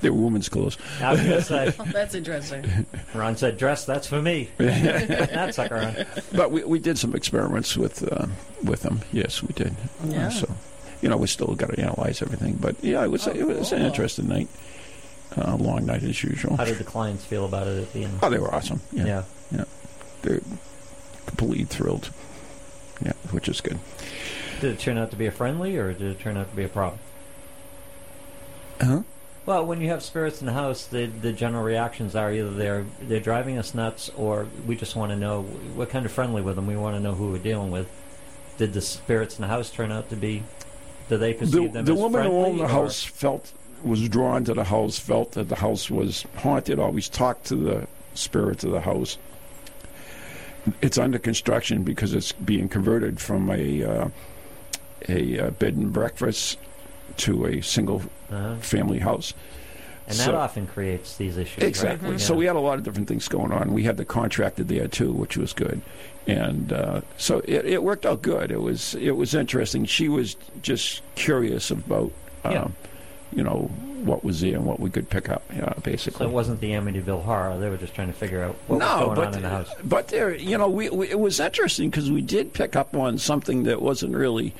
Speaker 1: they were women's clothes.
Speaker 6: I was gonna say.
Speaker 15: That's interesting.
Speaker 6: Ron said, "Dress, that's for me." that sucker on.
Speaker 1: but we, we did some experiments with uh, with them. Yes, we did. Uh,
Speaker 6: Yeah.
Speaker 1: so, you know, we still got to analyze everything. But yeah, it was it was an interesting night, uh, long night as usual.
Speaker 6: How did the clients feel about it at the end?
Speaker 1: Oh, they were awesome. Yeah,
Speaker 6: Yeah.
Speaker 1: yeah. they're completely thrilled. Yeah, which is good.
Speaker 6: Did it turn out to be a friendly, or did it turn out to be a problem?
Speaker 1: Huh?
Speaker 6: Well, when you have spirits in the house, the the general reactions are either they're they're driving us nuts, or we just want to know we're kind of friendly with them. We want to know who we're dealing with. Did the spirits in the house turn out to be? Do they
Speaker 1: The,
Speaker 6: perceive them
Speaker 1: the
Speaker 6: as
Speaker 1: woman who
Speaker 6: friendly?
Speaker 1: owned the
Speaker 6: or-
Speaker 1: house felt was drawn to the house, felt that the house was haunted. Always talked to the spirits of the house. It's under construction because it's being converted from a uh, a uh, bed and breakfast to a single
Speaker 6: Uh-huh.
Speaker 1: family house.
Speaker 6: and that
Speaker 1: So-
Speaker 6: often creates these issues. right?
Speaker 1: Exactly.
Speaker 6: Yeah.
Speaker 1: So we had a lot of different things going on. We had the contractor there too, which was good, and uh, so it, it worked out good. It was it was interesting. She was just curious about, um,
Speaker 6: Yeah.
Speaker 1: you know, what was there and what we could pick up, uh,
Speaker 6: So
Speaker 1: basically.
Speaker 6: it wasn't the Amityville horror. They were just trying to figure out what
Speaker 1: no,
Speaker 6: was going
Speaker 1: but
Speaker 6: on in the house.
Speaker 1: but there, you know, we, we it was interesting because we did pick up on something that wasn't really,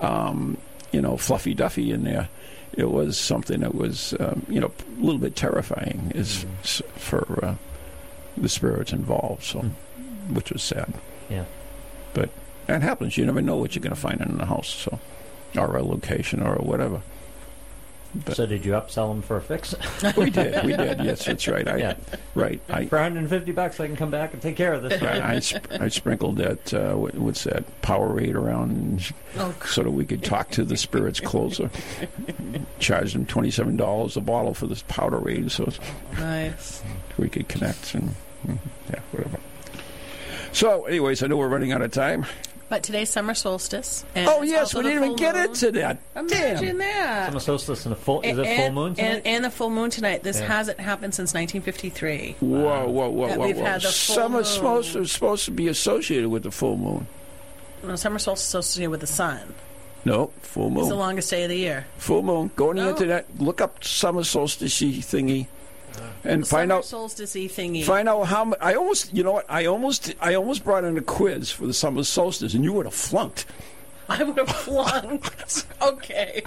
Speaker 1: um, you know, fluffy duffy in there. It was something that was, um, you know, a little bit terrifying is
Speaker 6: Mm-hmm.
Speaker 1: s for uh, the spirits involved. So, which was sad.
Speaker 6: Mm. Yeah.
Speaker 1: but that happens. You never know what you're going to find in a house. So, or a location, or whatever.
Speaker 6: so did you upsell them for a fix? <laughs>
Speaker 1: We did, we did. Yes, that's right. I,
Speaker 6: yeah.
Speaker 1: right. I,
Speaker 6: For 150 bucks, I can come back and take care of this.
Speaker 1: I, I, sp- I sprinkled that uh, what, what's that Powerade around
Speaker 6: Oh,
Speaker 1: so that we could talk to the spirits closer. Charged them twenty seven dollars a bottle for this Powerade, so
Speaker 15: <laughs> Nice.
Speaker 1: we could connect and mm, yeah, whatever. So, anyways, I know we're running out of time.
Speaker 15: But today's summer solstice. And
Speaker 1: oh
Speaker 15: it's
Speaker 1: yes,
Speaker 15: also
Speaker 1: we
Speaker 15: the
Speaker 1: didn't even
Speaker 15: full
Speaker 1: get
Speaker 15: moon.
Speaker 1: into that.
Speaker 15: Imagine that.
Speaker 6: Summer solstice and a full. Is it full
Speaker 15: and,
Speaker 6: moon tonight?
Speaker 15: And, and the full moon tonight. This
Speaker 6: Yeah.
Speaker 15: hasn't happened since 1953.
Speaker 1: Whoa, whoa, whoa,
Speaker 15: That
Speaker 1: whoa,
Speaker 15: we've
Speaker 1: whoa!
Speaker 15: had the full
Speaker 1: Summer's
Speaker 15: moon.
Speaker 1: supposed to, supposed to be associated with the full moon.
Speaker 15: No, summer solstice is associated with the sun.
Speaker 1: No, full
Speaker 15: It's
Speaker 1: moon.
Speaker 15: the longest day of the year.
Speaker 1: Full moon. Go on the internet, look up summer solstice thingy, and find
Speaker 15: summer
Speaker 1: out
Speaker 15: solstice thingy.
Speaker 1: find out how. mu- I almost, you know what? I almost, I almost brought in a quiz for the summer solstice, and you would have flunked.
Speaker 15: I would have flunked. <laughs> okay.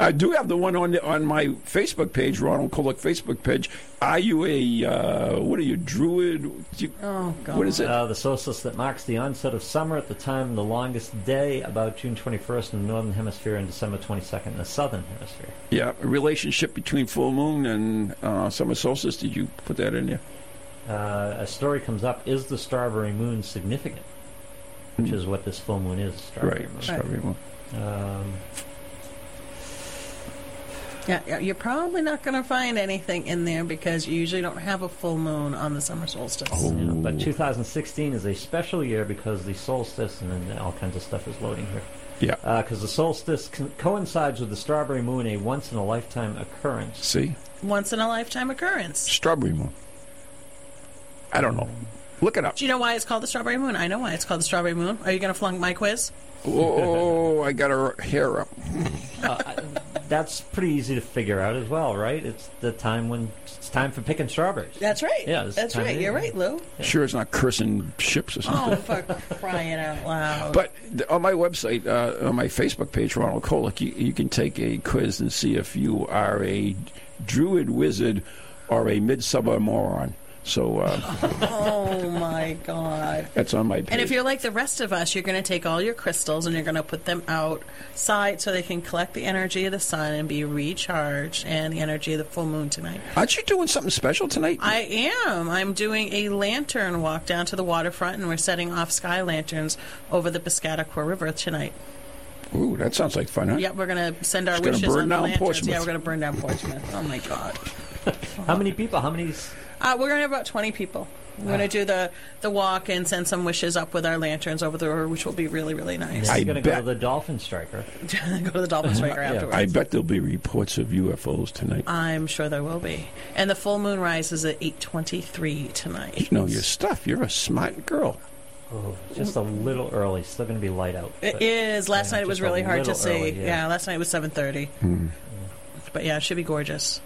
Speaker 1: I do have the one on the, on my Facebook page, Ronald Kolick Facebook page. Are you a uh, what are you druid? You-
Speaker 15: Oh
Speaker 1: What is it?
Speaker 6: Uh, the solstice that marks the onset of summer at the time of the longest day, about June 21st in the northern hemisphere and December 22nd in the southern hemisphere.
Speaker 1: Yeah, a relationship between full moon and uh, summer solstice. Did you put that in there?
Speaker 6: Uh, a story comes up: Is the starberry moon significant? Which is what this full moon is. Starberry
Speaker 1: Right,
Speaker 6: moon.
Speaker 1: starberry moon.
Speaker 6: Um,
Speaker 15: Yeah, yeah, you're probably not going to find anything in there because you usually don't have a full moon on the summer solstice.
Speaker 1: Oh.
Speaker 6: you know, but 2016 is a special year because the solstice and then all kinds of stuff is loading here.
Speaker 1: Yeah.
Speaker 6: Because the solstice co- coincides with the starberry moon, a once in a lifetime occurrence.
Speaker 1: See,
Speaker 15: Once in a lifetime occurrence.
Speaker 1: strawberry moon. I don't know. Look it up.
Speaker 15: <laughs> Do you know why it's called the strawberry moon? I know why it's called the strawberry moon. Are you going to flunk my quiz?
Speaker 1: Oh, I got her hair up.
Speaker 6: That's pretty easy to figure out as well, right? It's the time when it's time for picking strawberries.
Speaker 15: That's right.
Speaker 6: Yeah, it's
Speaker 15: that's
Speaker 6: time
Speaker 15: right.
Speaker 6: of
Speaker 15: You're
Speaker 6: year. <laughs>
Speaker 15: right, Lou.
Speaker 1: Sure, it's not cursing ships or something.
Speaker 15: Oh, for crying out loud!
Speaker 1: But th- on my website, uh, on my Facebook page, Ronald Kolick, you, you can take a quiz and see if you are a druid wizard or a midsummer moron. So
Speaker 15: <laughs>
Speaker 1: uh,
Speaker 15: oh my god!
Speaker 1: that's on my page.
Speaker 15: And if you're like the rest of us, you're going to take all your crystals and you're going to put them outside so they can collect the energy of the sun and be recharged and the energy of the full moon tonight.
Speaker 1: Aren't you doing something special tonight?
Speaker 15: I am. I'm doing a lantern walk down to the waterfront and we're setting off sky lanterns over the Piscataqua River tonight.
Speaker 1: Ooh, that sounds like fun, huh?
Speaker 15: Yeah, we're going to send our
Speaker 1: Just gonna
Speaker 15: wishes
Speaker 1: burn
Speaker 15: on
Speaker 1: down
Speaker 15: the lanterns.
Speaker 1: Portsmouth.
Speaker 15: Yeah, we're going to burn down Portsmouth. Oh my god.
Speaker 6: <laughs> How many people? How many? s-
Speaker 15: Uh, we're going to have about 20 people. We're going to do the, the walk and send some wishes up with our lanterns over the river, which will be really, really nice.
Speaker 1: I
Speaker 6: You're gonna
Speaker 1: bet.
Speaker 6: go to the dolphin striker.
Speaker 15: <laughs> go to the
Speaker 6: <laughs>
Speaker 15: Dolphin Striker afterwards.
Speaker 1: I bet there'll be reports of UFOs tonight.
Speaker 15: I'm sure there will be. And the full moon rises at 8:23 tonight.
Speaker 1: You know your stuff. You're a smart girl.
Speaker 6: Oh, just a little early. Still going to be light out.
Speaker 15: It
Speaker 6: but-
Speaker 15: is. Last
Speaker 6: Yeah,
Speaker 15: night it was
Speaker 6: just a
Speaker 15: really hard to
Speaker 6: little
Speaker 15: see.
Speaker 6: early,
Speaker 15: yeah.
Speaker 6: yeah.
Speaker 15: last night was 7:30.
Speaker 1: Hmm.
Speaker 15: But yeah, it should be gorgeous.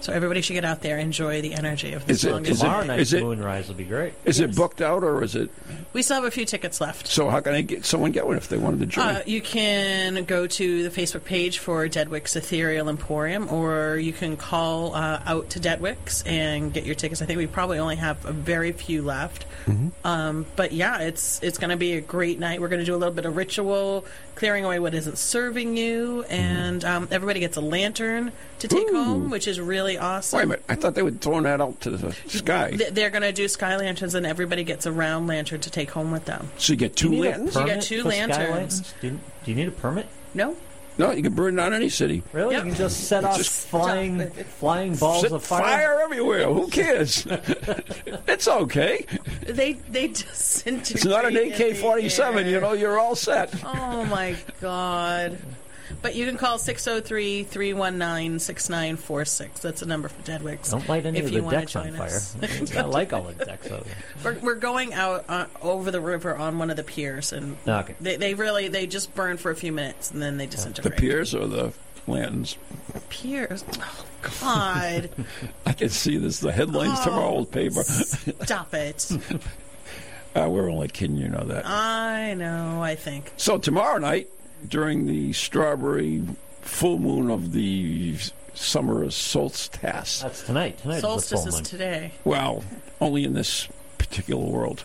Speaker 15: So everybody should get out there, enjoy the energy of this
Speaker 1: Is it,
Speaker 15: longest
Speaker 1: is
Speaker 15: day.
Speaker 1: it, is it,
Speaker 6: moonrise will be great.
Speaker 1: Is it booked out or is it?
Speaker 15: we still have a few tickets left.
Speaker 1: So how can I get someone get one if they wanted to join?
Speaker 15: Uh, you can go to the Facebook page for Deadwick's Ethereal Emporium, or you can call uh, out to Deadwick's and get your tickets. I think we probably only have a very few left.
Speaker 1: Mm-hmm.
Speaker 15: Um, but yeah, it's it's going to be a great night. We're going to do a little bit of ritual, clearing away what isn't serving you,
Speaker 1: Mm-hmm.
Speaker 15: and um, everybody gets a lantern to take home, which is really awesome.
Speaker 1: Wait a minute. I thought they would throw that out to the sky.
Speaker 15: Th- They're going to do sky lanterns, and everybody gets a round lantern to take home with them.
Speaker 1: so you get two
Speaker 15: You need a
Speaker 1: lanterns.
Speaker 15: You get permit two for sky lanterns. lanterns?
Speaker 6: Do you, do you need a permit?
Speaker 15: No,
Speaker 1: No, you can burn down any city.
Speaker 6: Really? You can just set off flying <laughs> flying balls
Speaker 1: Set
Speaker 6: of
Speaker 1: fire.
Speaker 6: fire.
Speaker 1: everywhere.
Speaker 6: <laughs>
Speaker 1: Who cares? <laughs> it's okay.
Speaker 15: they they <laughs> disintegrate.
Speaker 1: It's not an
Speaker 15: in the air.
Speaker 1: AK-47. You know, you're all set.
Speaker 15: Oh my god. But you can call 603 319 6946. That's the number for Deadwicks.
Speaker 6: Don't light any
Speaker 15: if
Speaker 6: of
Speaker 15: you
Speaker 6: the
Speaker 15: wanna
Speaker 6: decks on
Speaker 15: join
Speaker 6: fire.
Speaker 15: us. <laughs>
Speaker 6: I like all the decks over.
Speaker 15: we're, we're going out uh, over the river on one of the piers, and
Speaker 6: <laughs> Okay.
Speaker 15: they, they really they just burn for a few minutes and then they
Speaker 1: The
Speaker 15: disintegrate.
Speaker 1: piers or the lanterns.
Speaker 15: Piers. Oh,
Speaker 1: <laughs>
Speaker 15: God.
Speaker 1: I can see this. The headlines
Speaker 15: Oh,
Speaker 1: tomorrow's paper. <laughs>
Speaker 15: Stop it.
Speaker 1: Uh, we're only kidding. You know that.
Speaker 15: I know, I think.
Speaker 1: So tomorrow night, during the strawberry full moon of the summer solstice.
Speaker 6: That's tonight. Tonight is
Speaker 15: Solstice is
Speaker 6: the full moon.
Speaker 15: today.
Speaker 1: Well, only in this particular world.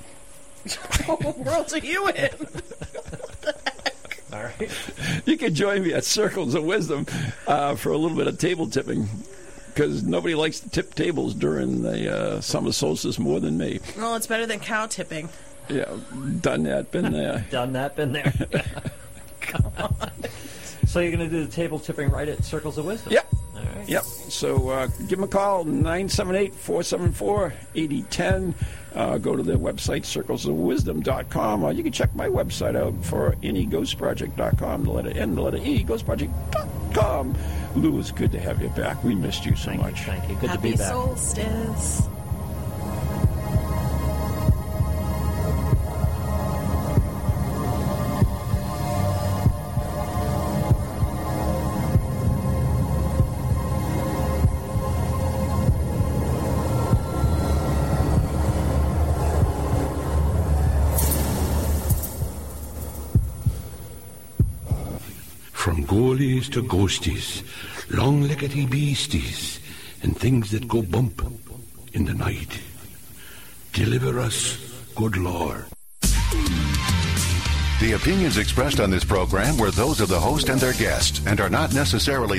Speaker 15: what world are you in?
Speaker 6: All right.
Speaker 1: you can join me at Circles of Wisdom uh, for a little bit of table tipping because nobody likes to tip tables during the uh, summer solstice more than me.
Speaker 15: <laughs> Well, it's better than cow tipping.
Speaker 1: Yeah, done that, been there.
Speaker 6: Done that, been there. So you're going to do the table tipping right at Circles of Wisdom?
Speaker 1: Yep.
Speaker 6: All right.
Speaker 1: Yep. So uh, give them a call, 978 474 8010. Uh, Go to their website, circlesofwisdom.com, or Uh, you can check my website out for anyghostproject.com, the letter N, the letter E, ghostproject.com. Lou, it's good to have you back. We missed you so much. thank you.
Speaker 15: Happy solstice.
Speaker 18: From ghoulies to ghosties, long leggedy beasties, and things that go bump in the night. Deliver us, good Lord.
Speaker 13: The opinions expressed on this program were those of the host and their guests and are not necessarily